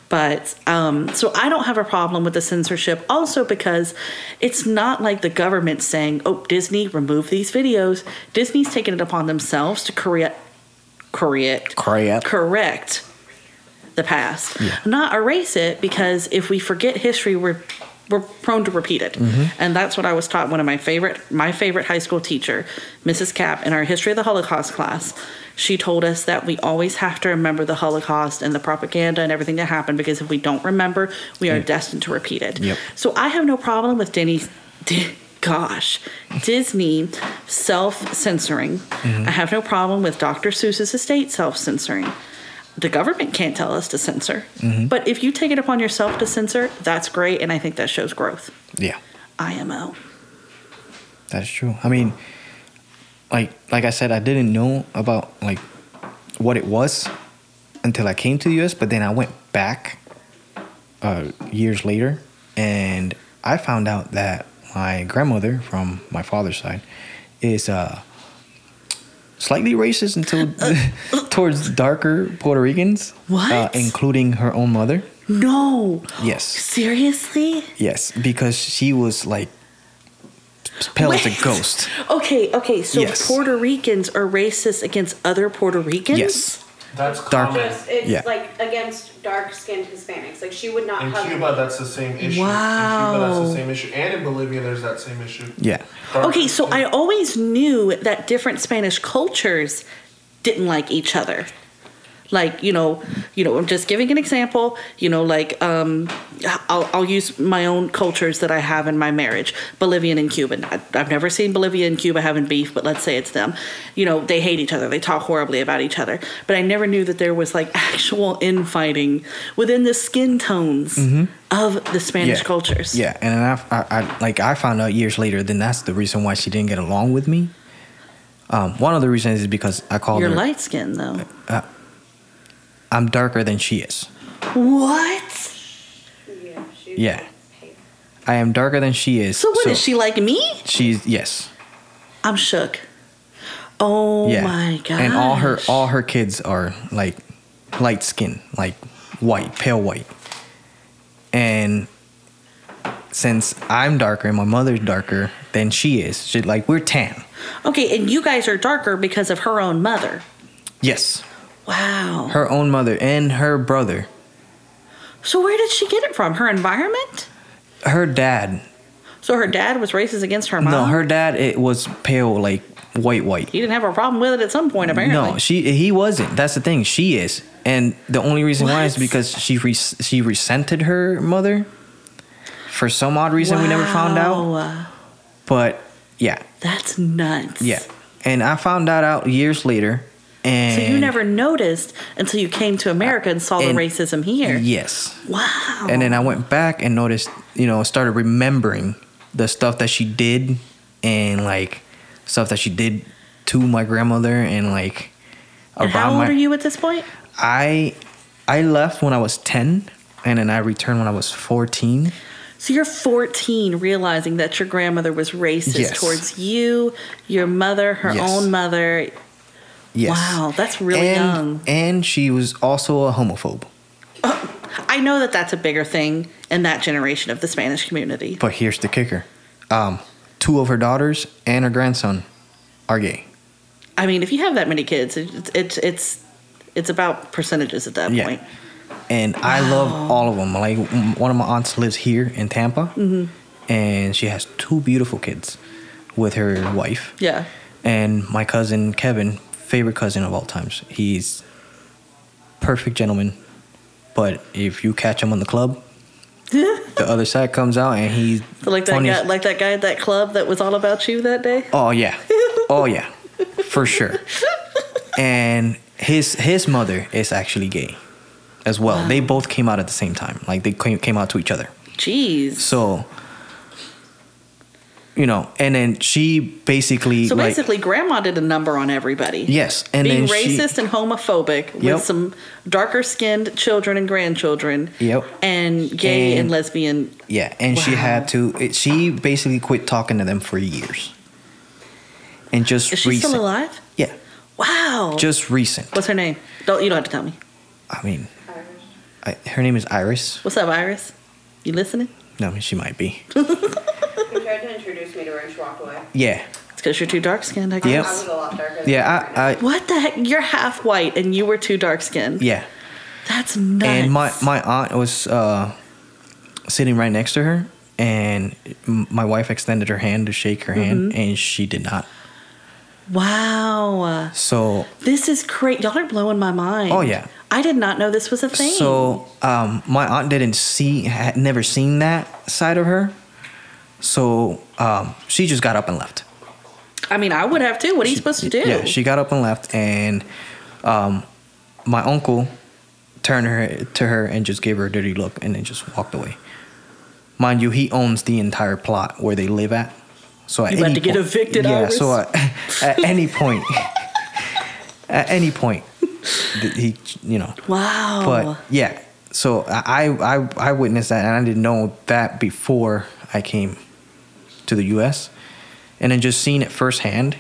But um, so I don't have a problem with the censorship, also because it's not like the government saying, "Oh, Disney, remove these videos." Disney's taking it upon themselves to correct, correct,
Correct.
correct the past, not erase it. Because if we forget history, we're we're prone to repeat it, and that's what I was taught. One of my favorite my favorite high school teacher, Mrs. Cap, in our history of the Holocaust class, she told us that we always have to remember the Holocaust and the propaganda and everything that happened. Because if we don't remember, we are destined to repeat it.
Yep.
So I have no problem with Denny. Gosh, Disney self censoring.
Mm-hmm.
I have no problem with Dr. Seuss's estate self censoring the government can't tell us to censor.
Mm-hmm.
But if you take it upon yourself to censor, that's great. And I think that shows growth.
yeah,
IMO.
that's true. I mean, like like I said, I didn't know about like what it was until I came to the U.S. But then I went back uh, years later, and I found out that my grandmother from my father's side is uh, slightly racist until towards darker Puerto Ricans, Uh,
Uh, What?
including her own mother.
No.
Yes,
Seriously?
yes, because she was like pale as
Wait.
a ghost.
Okay, okay. So
Yes.
Puerto Ricans are racist against other Puerto Ricans?
Yes.
That's
Dark.
common.
Just, it's
Yeah.
like against dark skinned Hispanics. Like she would not
In
hug
Cuba, that's the same issue. In Cuba, that's
Wow.
the same issue. And in Bolivia, there's that same issue.
Yeah.
Dark-
Okay, so I always knew that different Spanish cultures didn't like each other. Like you know, you know, I'm just giving an example. You know, like um, I'll, I'll use my own cultures that I have in my marriage, Bolivian and Cuban. I, I've never seen Bolivia and Cuba having beef, but let's say it's them. You know, they hate each other. They talk horribly about each other. But I never knew that there was like actual infighting within the skin tones of the Spanish
Mm-hmm. yeah.
cultures.
Yeah, and then I, I, I like I found out years later. Then that's the reason why she didn't get along with me. Um, one of the reasons is because I called
You're
her.
light skinned though.
I'm darker than she is.
What?
Yeah. She
Yeah. I am darker than she is.
So what is she like me?
She's yes.
I'm shook. Oh
yeah.
my god.
And all her all her kids are like light skin, like white, pale white. And since I'm darker and my mother's darker than she is, she like we're tan.
Okay, and you guys are darker because of her own mother.
Yes.
Wow.
Her own mother and her brother.
So where did she get it from? Her environment?
Her dad
So her dad was racist against her mom.
No, her dad it was pale, like white, white.
He didn't have a problem with it at some point, apparently.
No, she he wasn't. That's the thing. She is, and the only reason why is
What?
because she res- she resented her mother for some odd reason we never found out.
Wow.
But yeah,
That's nuts.
yeah, and I found that out years later. And
So you never noticed until you came to America and saw
And-
the racism here.
yes,
Wow.
and then I went back and noticed, you know, started remembering the stuff that she did and like stuff that she did to my grandmother and like
And how old
my
are you at this point?
I I left when I was 10 and then I returned when I was 14.
So you're 14, realizing that your grandmother was racist
Yes.
towards you, your mother, her
Yes.
own mother.
Yes.
Wow, that's really
and,
young.
And she was also a homophobe.
I know that that's a bigger thing in that generation of the Spanish community.
But here's the kicker. Um two of her daughters and her grandson are gay.
I mean, if you have that many kids, it's it's it's, it's about percentages at that
Yeah.
point.
And I love all of them. Like m- one of my aunts lives here in Tampa
Mm-hmm.
and she has two beautiful kids with her wife.
Yeah.
And my cousin Kevin, favorite cousin of all times. He's perfect gentleman, but if you catch him on the club, the other side comes out and he's
So like that
funny
guy,
as-
like that guy at that club that was all about you that day.
oh yeah, oh yeah, for sure. And his his mother is actually gay, as well. They both came out at the same time. Like they came came out to each other.
Jeez.
So. You know, and then she basically
So
like
basically, grandma did a number on everybody.
yes, and
Being
then she-
racist and homophobic
Yep.
with some darker skinned children and grandchildren.
Yep.
And gay and,
And-
lesbian.
Yeah, and she
Wow.
had to. It, she basically quit talking to them for years. and just
Is she
recent.
still alive?
Yeah,
Wow.
just recent.
What's her name? Don't you don't have to tell me.
I mean,
Irish.
I, her name is Iris.
What's up, Iris? You listening?
No, I mean, she might be.
Who tried to introduce me to her and she walked away.
Yeah,
It's because you're too dark skinned. I
I was
guess.
a lot darker. Than
yeah,
her
I,
right
I
What the heck? You're half white and you were too dark skinned.
yeah.
That's nuts.
And my my aunt was uh, sitting right next to her, and m- my wife extended her hand to shake her hand, and she did not.
wow.
So
This is great. Y'all are blowing my mind.
Oh, yeah.
I did not know this was a thing.
So um, my aunt didn't see, had never seen that side of her. So um, she just got up and left.
I mean, I would have too. What are you supposed to do?
Yeah, she got up and left, and um, my uncle turned her to her and just gave her a dirty look, and then just walked away. Mind you, he owns the entire plot where they live at. So at
You about
any
to get
point-
evicted,
Yeah.
Iris?
So at, at any point, at any point, th- he, you know,
wow.
but yeah so I, I i witnessed that and i didn't know that before i came to the us and then just seeing it firsthand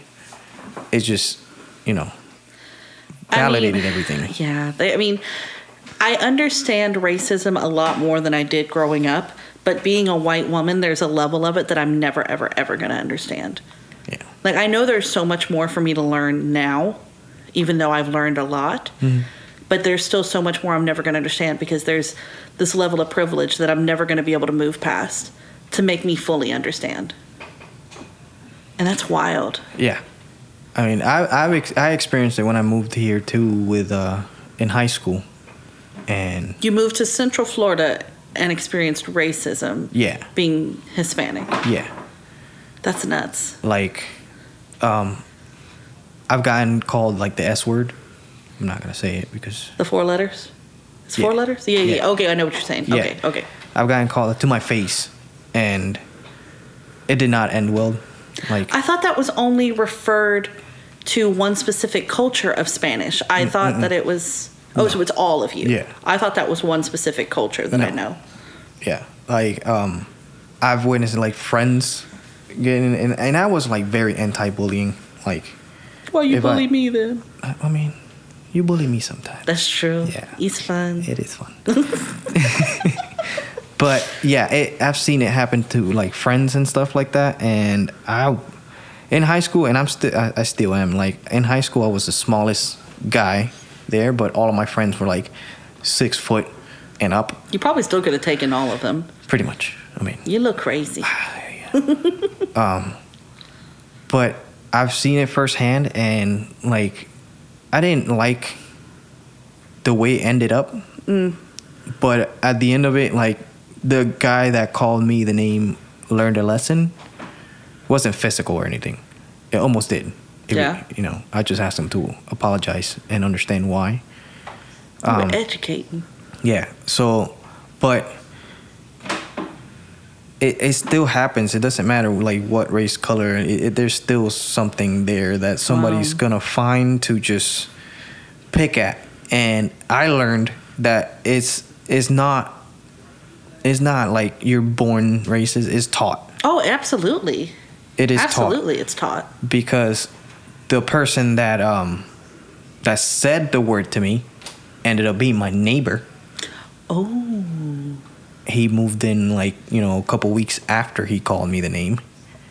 it's just you know
I mean-
validated everything
Yeah, they, I mean, I understand racism a lot more than I did growing up, but being a white woman, there's a level of it that I'm never, ever, ever going to understand.
yeah
Like, I know there's so much more for me to learn now, even though I've learned a lot, but there's still so much more I'm never going to understand because there's this level of privilege that I'm never going to be able to move past to make me fully understand. And that's wild.
yeah i mean i I've ex- i experienced it when i moved here too with uh in high school and
You moved to Central Florida and experienced racism
yeah
being Hispanic.
yeah
That's nuts.
like um i've gotten called like the s word i'm not gonna say it because
The four letters? It's four
Yeah.
letters? Yeah, yeah,
Yeah.
Okay, I know what you're saying.
Yeah.
Okay, okay.
I've gotten called to my face, and it did not end well. Like
I thought that was only referred to one specific culture of Spanish. I thought that it was. Oh, so it's all of you.
Mm, Yeah.
I thought that was one specific culture that I
No.
know.
yeah, like um, I've witnessed like friends getting and and I was like very anti-bullying. Like
Well, you
If I-
bully me then.
I, I mean, you bully me sometimes.
That's true.
Yeah.
It's fun.
It is fun. but yeah, it, I've seen it happen to like friends and stuff like that. And I, in high school, and I'm still, I, I still am. Like in high school, I was the smallest guy there, but all of my friends were like six foot and up,
You probably still could have taken all of them.
pretty much. I mean,
You look crazy.
but I've seen it firsthand, and like, I didn't like the way it ended up. But at the end of it, like, the guy that called me the name learned a lesson. wasn't physical or anything. It almost did. It-
Yeah.
You know, I just asked him to apologize and understand why. Um,
You were educating.
Yeah. So, but it, it still happens. It doesn't matter like what race, color. It, it, there's still something there that somebody's
Wow.
gonna find to just pick at. And I learned that it's it's not it's not like you're born racist. It's taught.
Oh, absolutely.
It is taught
absolutely, it's taught.
because the person that um that said the word to me ended up being my neighbor.
Oh.
he moved in like you know a couple weeks after he called me the name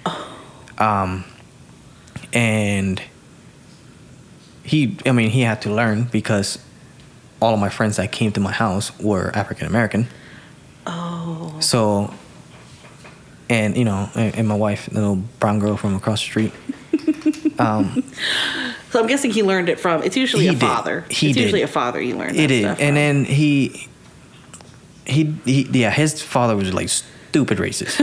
Oh.
um and he i mean he had to learn because all of my friends that came to my house were african american
Oh.
so and you know and, and my wife the little brown girl from across the street
So I'm guessing he learned it from. It's usually
He
a
did.
father.
He
it's
did.
usually a father you learn.
it
that
is
stuff
and
from.
then he he, he yeah his father was like stupid racist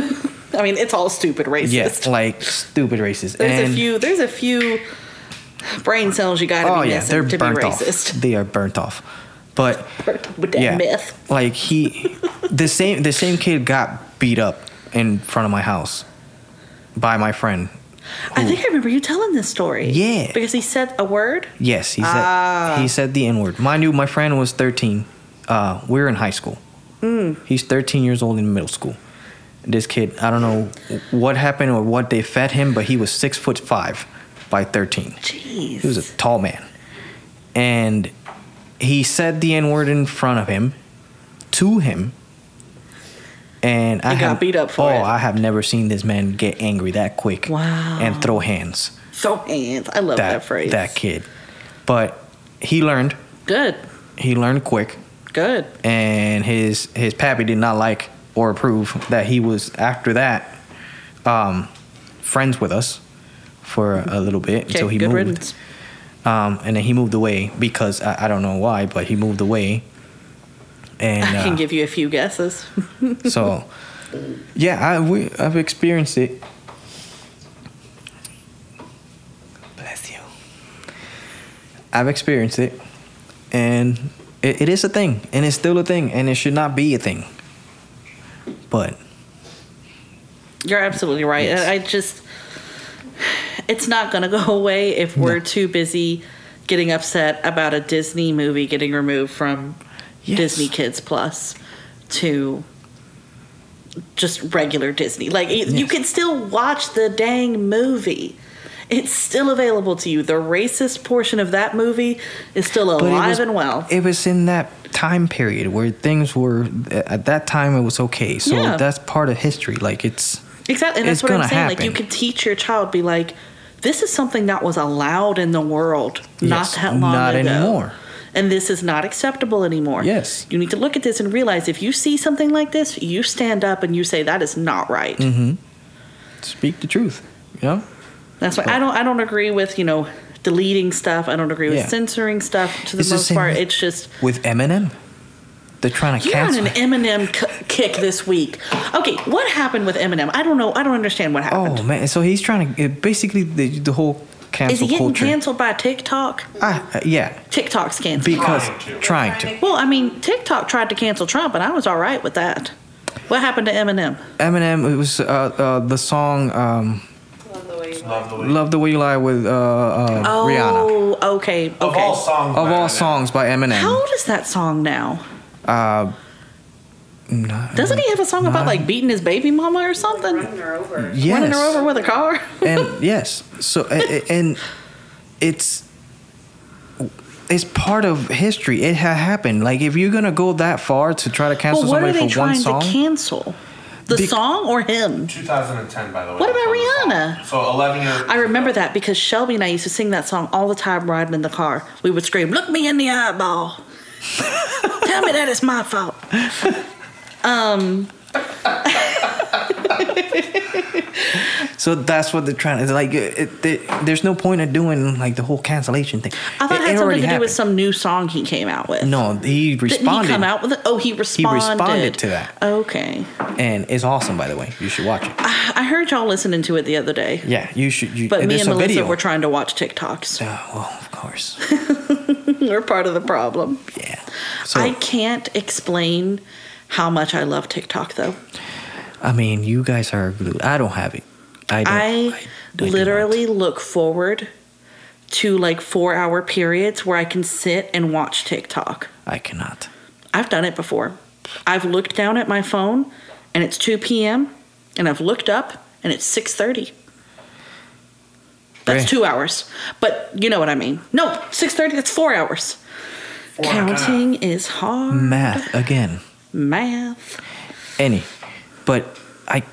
I mean, it's all stupid racist.
yeah like stupid racist
There's
and
a few. There's a few brain cells you got to
oh
be
yeah
missing
they're
to be
burnt
racist.
off they are burnt off but
With that
yeah
myth.
like he the same the same kid got beat up in front of my house by my friend
I think I remember you telling this story.
Yeah.
Because he said a word.
yes he said
Ah.
he said the n-word mind you my friend was 13 uh we are in high school
Mm.
he's 13 years old in middle school this kid i don't know what happened or what they fed him but he was six foot five by 13.
Jeez.
He was a tall man. And he said the N word in front of him, to him. And I
He got
have-
beat up for
oh,
it.
I have never seen this man get angry that quick.
Wow.
And throw hands.
so hands. I love that,
That, that,
phrase.
kid. But he learned.
Good.
He learned quick.
Good.
And his his pappy did not like or approve that he was after that um, friends with us for a little bit
Okay.
until he
good
moved.
riddance.
Um, and then he moved away because I, I don't know why, but he moved away. And
I can
uh,
give you a few guesses.
so, yeah, I we, I've experienced it. Bless you. I've experienced it, and it, it is a thing, and it's still a thing, and it should not be a thing. But
You're absolutely right.
Yes.
And I just, it's not going to go away if we're too busy getting upset about a Disney movie getting removed from
Yes.
Disney Kids Plus to just regular Disney. Like, it- you
Yes.
can still watch the dang movie. It's still available to you. The racist portion of that movie is still
but it
alive
was-
and well.
It was in that time period where things were at that time it was okay. So
Yeah.
that's part of history. Like it's
Exactly, and that's
It's
what I'm
gonna
saying. Like you
happen.
could teach your child, be like, "This is something that was allowed in the world not
Yes,
that long
not
ago,
anymore.
and this is not acceptable anymore."
Yes.
you need to look at this and realize if you see something like this, you stand up and you say that is not
Mm-hmm.
right.
speak the truth. You know?
That's why I don't. I don't agree with you know deleting stuff. I don't agree with
Yeah.
censoring stuff. To the
It's the
most
same
part,
with-
it's just
With Eminem? They're trying to
You're on
cancel
an Eminem c- kick this week. Okay, what happened with Eminem? I don't know. I don't understand what happened.
Oh man, so he's trying to it, basically the, the whole cancel
is he getting
culture.
canceled by TikTok?
Ah, uh, yeah,
TikTok's canceled.
because
to.
trying to.
Well, I mean, TikTok tried to cancel Trump, and I was all right with that. What happened to Eminem?
Eminem, it was uh, uh, the song um,
Love the way you
Love the way.
"Love the Way You Lie" with uh, uh, Rihanna.
Oh, okay, okay.
Of all songs.
Of
by
all
Eminem.
songs by Eminem,
How old is that song now?
uh, not-
Doesn't he have a song about
Nine.
like beating his baby mama or something?
running her over.
yes.
Running her over with a car?
and yes, so a- a- and it's it's part of history. It had happened. Like if you're gonna go that far to try to cancel
Well, what are
somebody
they
for one
trying to
song,
cancel? The
Bec-
song or him?
2010, by the way.
What about Rihanna?
So 11 years.
I remember that because Shelby and I used to sing that song all the time riding in the car. We would scream, "Look me in the eyeball! Tell me that it's my fault." Um,
so that's what they're trying. It's like it, it, there- there's no point of doing like the whole cancellation thing.
I thought it, had something
already
to do
happened.
with some new song he came out with.
No, he
Didn't
responded,
he come out with it? Oh, he responded.
to that.
Okay.
and it's awesome. By the way, you should watch it.
I heard y'all listening to it the other day.
Yeah, you should. You,
But me
there's
and
a
Melissa
video.
were trying to watch TikToks.
Uh, well, of course.
we're part of the problem.
Yeah. So
I
I,
can't explain how much I love TikTok though.
mean, you guys are. I don't have it. I don't,
I,
do not.
literally look forward to like four hour periods where I can sit and watch TikTok.
I cannot.
I've done it before. I've looked down at my phone and it's 2 p.m. and I've looked up and it's 6:30. That's
Right.
2 hours. But you know what I mean. No, 6:30 that's 4 hours.
Four and a half.
Counting is hard.
Math again.
Math.
any, but I,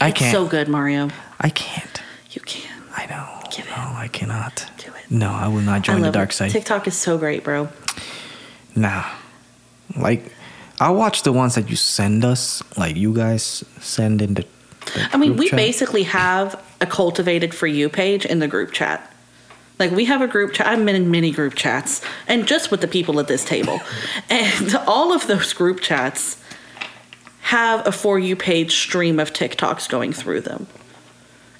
I
It's
can't.
so good, Mario.
I can't.
You can
I know.
Give
no, I cannot.
do it.
No, I will not
I
join the
love
dark
it.
side.
TikTok is so great, bro.
nah, like I watch the ones that you send us. Like you guys send in the. the
I mean,
group
we
chat.
basically have a cultivated for you page in the group chat. Like we have a group chat. I've been in many group chats, and just with the people at this table, and all of those group chats have a for you page stream of TikToks going through them.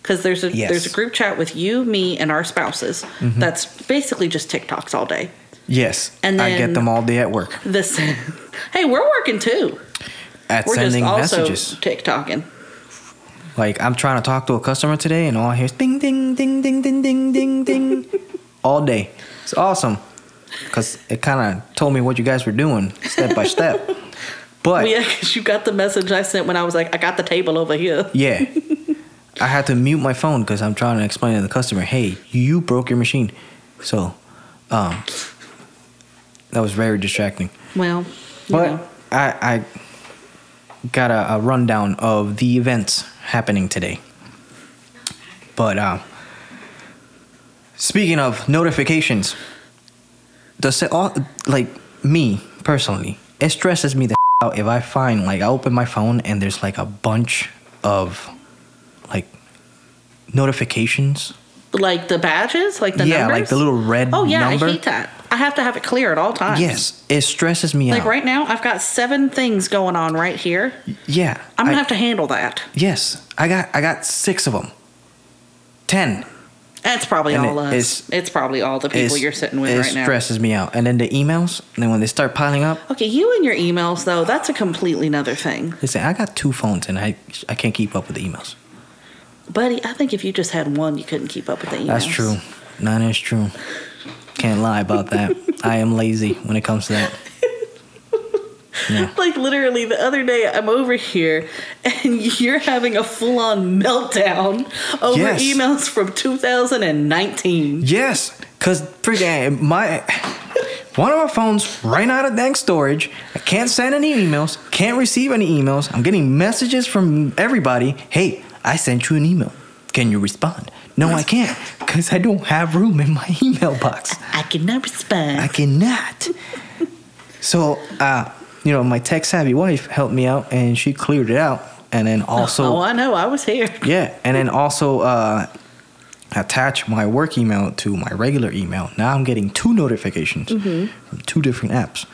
Because there's a
Yes. Mm-hmm.
there's a group chat with you, me, and our spouses. That's basically just TikToks all day.
Yes,
and
I get
then-
them all day at work
This, hey, we're working too.
at
We're
sending
just also
messages.
TikToking.
Like I'm trying to talk to a customer today, and all I hear is ding, ding, ding, ding, ding, ding, ding, ding, all day. It's awesome because it kind of told me what you guys were doing step by step. But
Yeah, because you got the message I sent when I was like, I got the table over here.
yeah, I had to mute my phone because I'm trying to explain to the customer, hey, you broke your machine. So, um, that was very distracting.
Well, you
But
know.
I, I got a, a rundown of the events happening today. But um, speaking of notifications, does it all like me personally? It stresses me the out if I find like I open my phone and there's like a bunch of like notifications.
like the badges, like the
yeah,
numbers.
like the little red
Oh yeah,
number.
I hate that. I have to have it clear at all times.
Yes, it stresses me
Like
out.
right now, I've got seven things going on right here.
Yeah,
I'm
I-
gonna have to handle that.
Yes, I got I got six of them. Ten.
That's probably
And
all
it-
us.
it's-
It's, probably all the people
It's-
you're sitting with
it
right now.
stresses me out. And then the emails. And then when they start piling up,
Okay, you and your emails though, that's a completely another thing.
they say I got two phones and I I can't keep up with the emails.
Buddy, I think if you just had one, you couldn't keep up with the emails.
That's true. That is true. Can't lie about that. I am lazy when it comes to that.
Like literally the other day I'm over here and you're having a full on meltdown over
Yes.
emails from 2019.
Yes, cause freaking eh, my one of my phones ran out of dang storage. I can't send any emails. Can't receive any emails. I'm getting messages from everybody. Hey, I sent you an email. Can you respond? No, I can't, cause I don't have room in my email box.
I cannot respond.
I cannot. So, uh, you know, my tech savvy wife helped me out, and she cleared it out. And then also,
oh, I know. I was here.
yeah, and then also uh, attach my work email to my regular email. Now I'm getting two notifications from two different apps.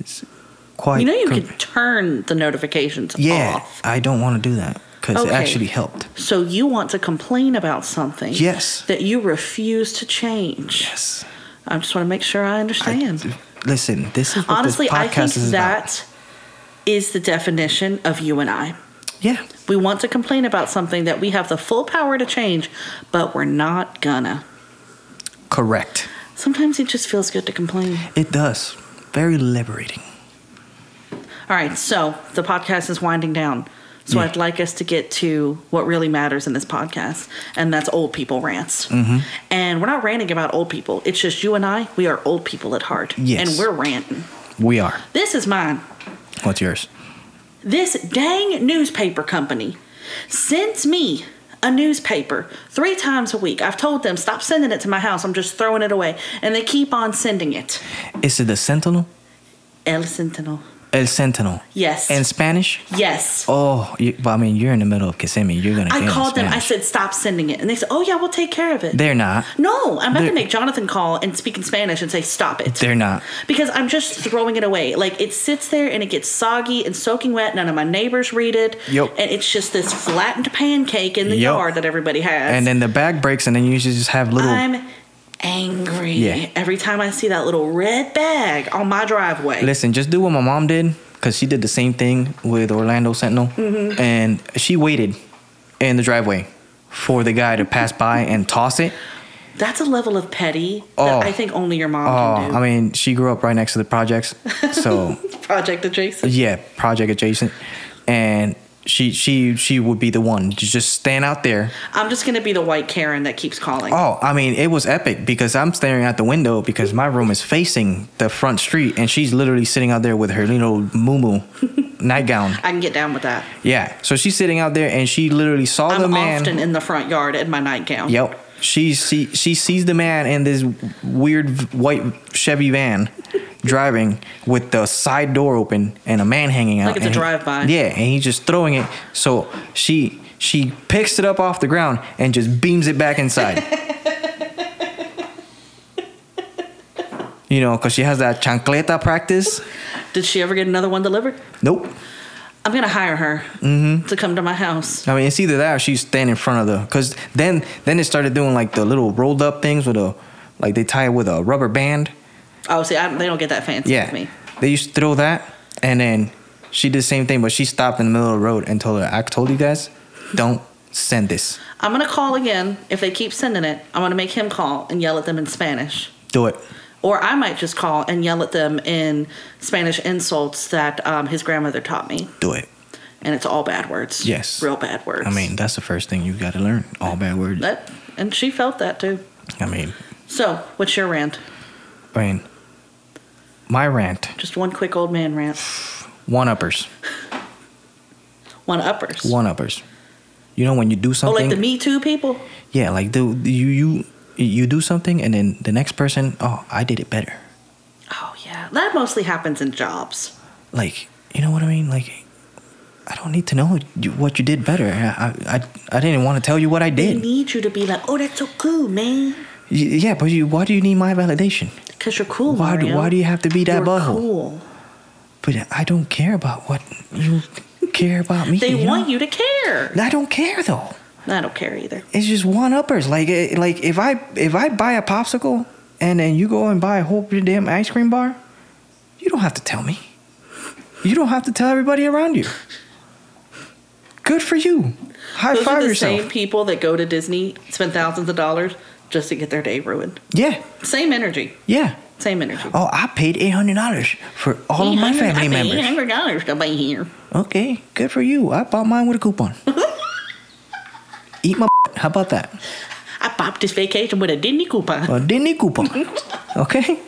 It's quite.
Mm-hmm. You know, you
con-
could turn the notifications
Yeah,
off.
I don't want to do that because it
Okay.
actually helped.
So you want to complain about something
Yes.
that you refuse to change.
Yes.
I just want to make sure I
I-
understand.
listen, this is what
Honestly,
this
I
podcast
think
is about.
that is the definition of you and I.
Yeah,
We want to complain about something that we have the full power to change, but we're not gonna.
correct.
Sometimes it just feels good to complain.
It does. Very liberating.
All right, so the podcast is winding down. So
Yeah.
I'd like us to get to what really matters in this podcast, and that's old people rants.
Mm-hmm.
And we're not ranting about old people. It's just you and I. We are old people at heart,
Yes.
and we're ranting.
We are.
This is mine.
What's yours?
This dang newspaper company sends me a newspaper three times a week. I've told them stop sending it to my house. I'm just throwing it away, and they keep on sending it.
Is it the Sentinel?
El Sentinel.
El Sentinel.
Yes.
In Spanish?
yes.
Oh, you, well, I mean, you're in the middle of Kissimmee. You're gonna.
I
get it in
called them. I
Spanish.
said, "Stop sending it," and they said, "Oh yeah, we'll take care of it."
They're not.
no, I'm about
they're-
to make Jonathan call and speak in Spanish and say, "Stop it,"
They're not.
because I'm just throwing it away. Like it sits there and it gets soggy and soaking wet. None of my neighbors read it,
Yup.
and it's just this flattened pancake in the
Yup.
yard that everybody has.
And then the bag breaks, and then you usually just have little.
I'm angry
Yeah.
every time I see that little red bag on my driveway.
Listen, just do what my mom did, cause she did the same thing with Orlando Sentinel,
Mm-hmm.
and she waited in the driveway for the guy to pass by and toss it.
That's a level of petty
Oh.
that I think only your mom
Oh,
can do.
I mean, she grew up right next to the projects, so
Project adjacent.
yeah, project adjacent, and she she she would be the one to just stand out there
I'm just gonna be the white Karen that keeps calling.
Oh, I mean, it was epic because I'm staring out the window because my room is facing the front street and she's literally sitting out there with her little muumuu nightgown.
I can get down with that.
Yeah. So she's sitting out there and she literally saw the
I'm
man.
often in the front yard in my nightgown.
yep. She see she sees the man in this weird v- white Chevy van driving with the side door open and a man hanging out.
Like it's a
and he-
drive-by.
Yeah, and he's just throwing it. So she she picks it up off the ground and just beams it back inside. you know, because she has that chancleta practice.
Did she ever get another one delivered?
Nope.
I'm gonna hire her
Mm-hmm.
to come to my house.
I mean, it's either that or she stand in front of the. Cause then then they started doing like the little rolled up things with a, like they tie it with a rubber band.
Oh, see, I, they don't get that fancy
Yeah.
with me.
They used to throw that, and then she did the same thing, but she stopped in the middle of the road and told her, "I told you guys, don't send this.
I'm gonna call again if they keep sending it. I'm gonna make him call and yell at them in Spanish,
Do it."
or I might just call and yell at them in Spanish insults that um, his grandmother taught me.
Do it.
and it's all bad words.
Yes.
real bad words.
I mean, that's the first thing you got to learn. All bad words.
that, and she felt that too.
I mean,
So, what's your rant?
I mean, my rant.
Just one quick old man rant.
One uppers.
One uppers.
One uppers. You know when you do
Oh,
something.
like the Me Too people.
Yeah, like the you you you do something and then the next person, oh, I did it better.
Oh yeah, that mostly happens in jobs.
Like, you know what I mean? Like, I don't need to know you- what you did better. I I I- I didn't want to tell you what I
They
did.
need you to be like, oh, that's so cool, man,
Y- Yeah, but you, why do you need my validation?
because you're cool.
Why do,
Mario.
why do you have to be that
You're
butthole?
Cool.
But I don't care about what you care about me.
They
you
want
know?
you to care.
I don't care though.
I don't care either.
It's just one uppers. Like eh, like if I if I buy a popsicle and then you go and buy a whole damn ice cream bar, you don't have to tell me. You don't have to tell everybody around you. Good for you. High
Those are
five
the
yourself.
same people that go to Disney, spend thousands of dollars just to get their day ruined.
Yeah,
Same energy.
yeah.
Same energy.
Oh, I paid eight hundred dollars for all of my family
Eight
members.
hundred dollars to be here.
Okay, good for you. I bought mine with a coupon. Eat my. How about that?
I popped this vacation with a Disney coupon.
A Disney coupon. Okay.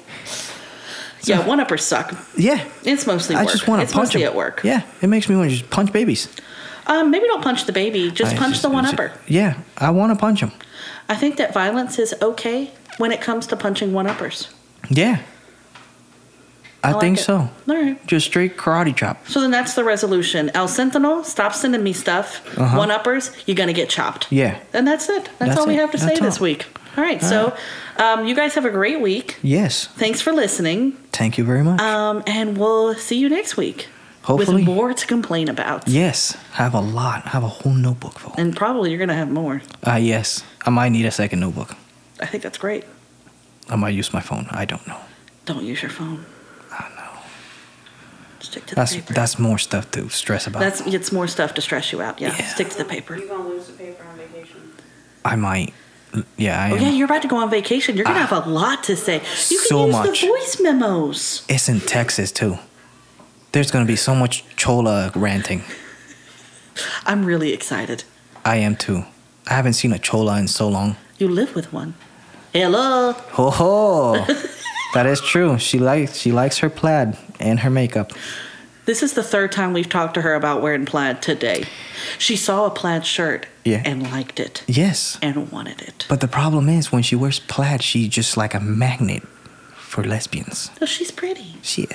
yeah, one uppers suck.
Yeah.
It's mostly
I
work.
just want to
it's
punch
mostly
him.
at work.
Yeah, it makes me want to just punch babies.
Um, maybe don't punch the baby. Just
I
punch the one
it's-
upper.
Yeah, I want to punch him.
I think that violence is okay when it comes to punching one uppers.
Yeah, I,
like
think
it.
so.
All right.
Just straight karate chop.
So then that's the resolution. El Sentinel, stop sending me stuff.
Uh-huh.
One uppers, you're going to get chopped.
Yeah.
And that's it. That's,
That's
all we
it.
have to
That's
say this
all.
week. All right. so um, you guys have a great week.
Yes,
Thanks for listening.
thank you very much.
Um, and we'll see you next week.
Hopefully.
With more to complain about.
yes, I have a lot. I have a whole notebook full.
And probably you're going to have more.
Ah, yes, I might need a second notebook.
I think that's great.
I might use my phone. I don't know.
Don't use your phone.
I don't know.
Stick to the
That's
paper.
that's more stuff to stress about.
That's it's more stuff to stress you out. Yeah.
Yeah.
Stick to the paper.
You're gonna lose the paper on vacation.
I might. Yeah, I
Oh
am.
yeah, you're about to go on vacation. You're gonna have a lot to say. You can
Ah. so
use
much.
the voice memos.
It's in Texas too. There's gonna be so much chola ranting.
I'm really excited.
I am too. I haven't seen a chola in so long.
You live with one. Hello.
Ho ho! that is true. She likes she likes her plaid and her makeup.
This is the third time we've talked to her about wearing plaid today. She saw a plaid shirt
Yeah.
and liked it
Yes.
and wanted it.
But the problem is when she wears plaid, she just like a magnet for lesbians.
So she's pretty.
She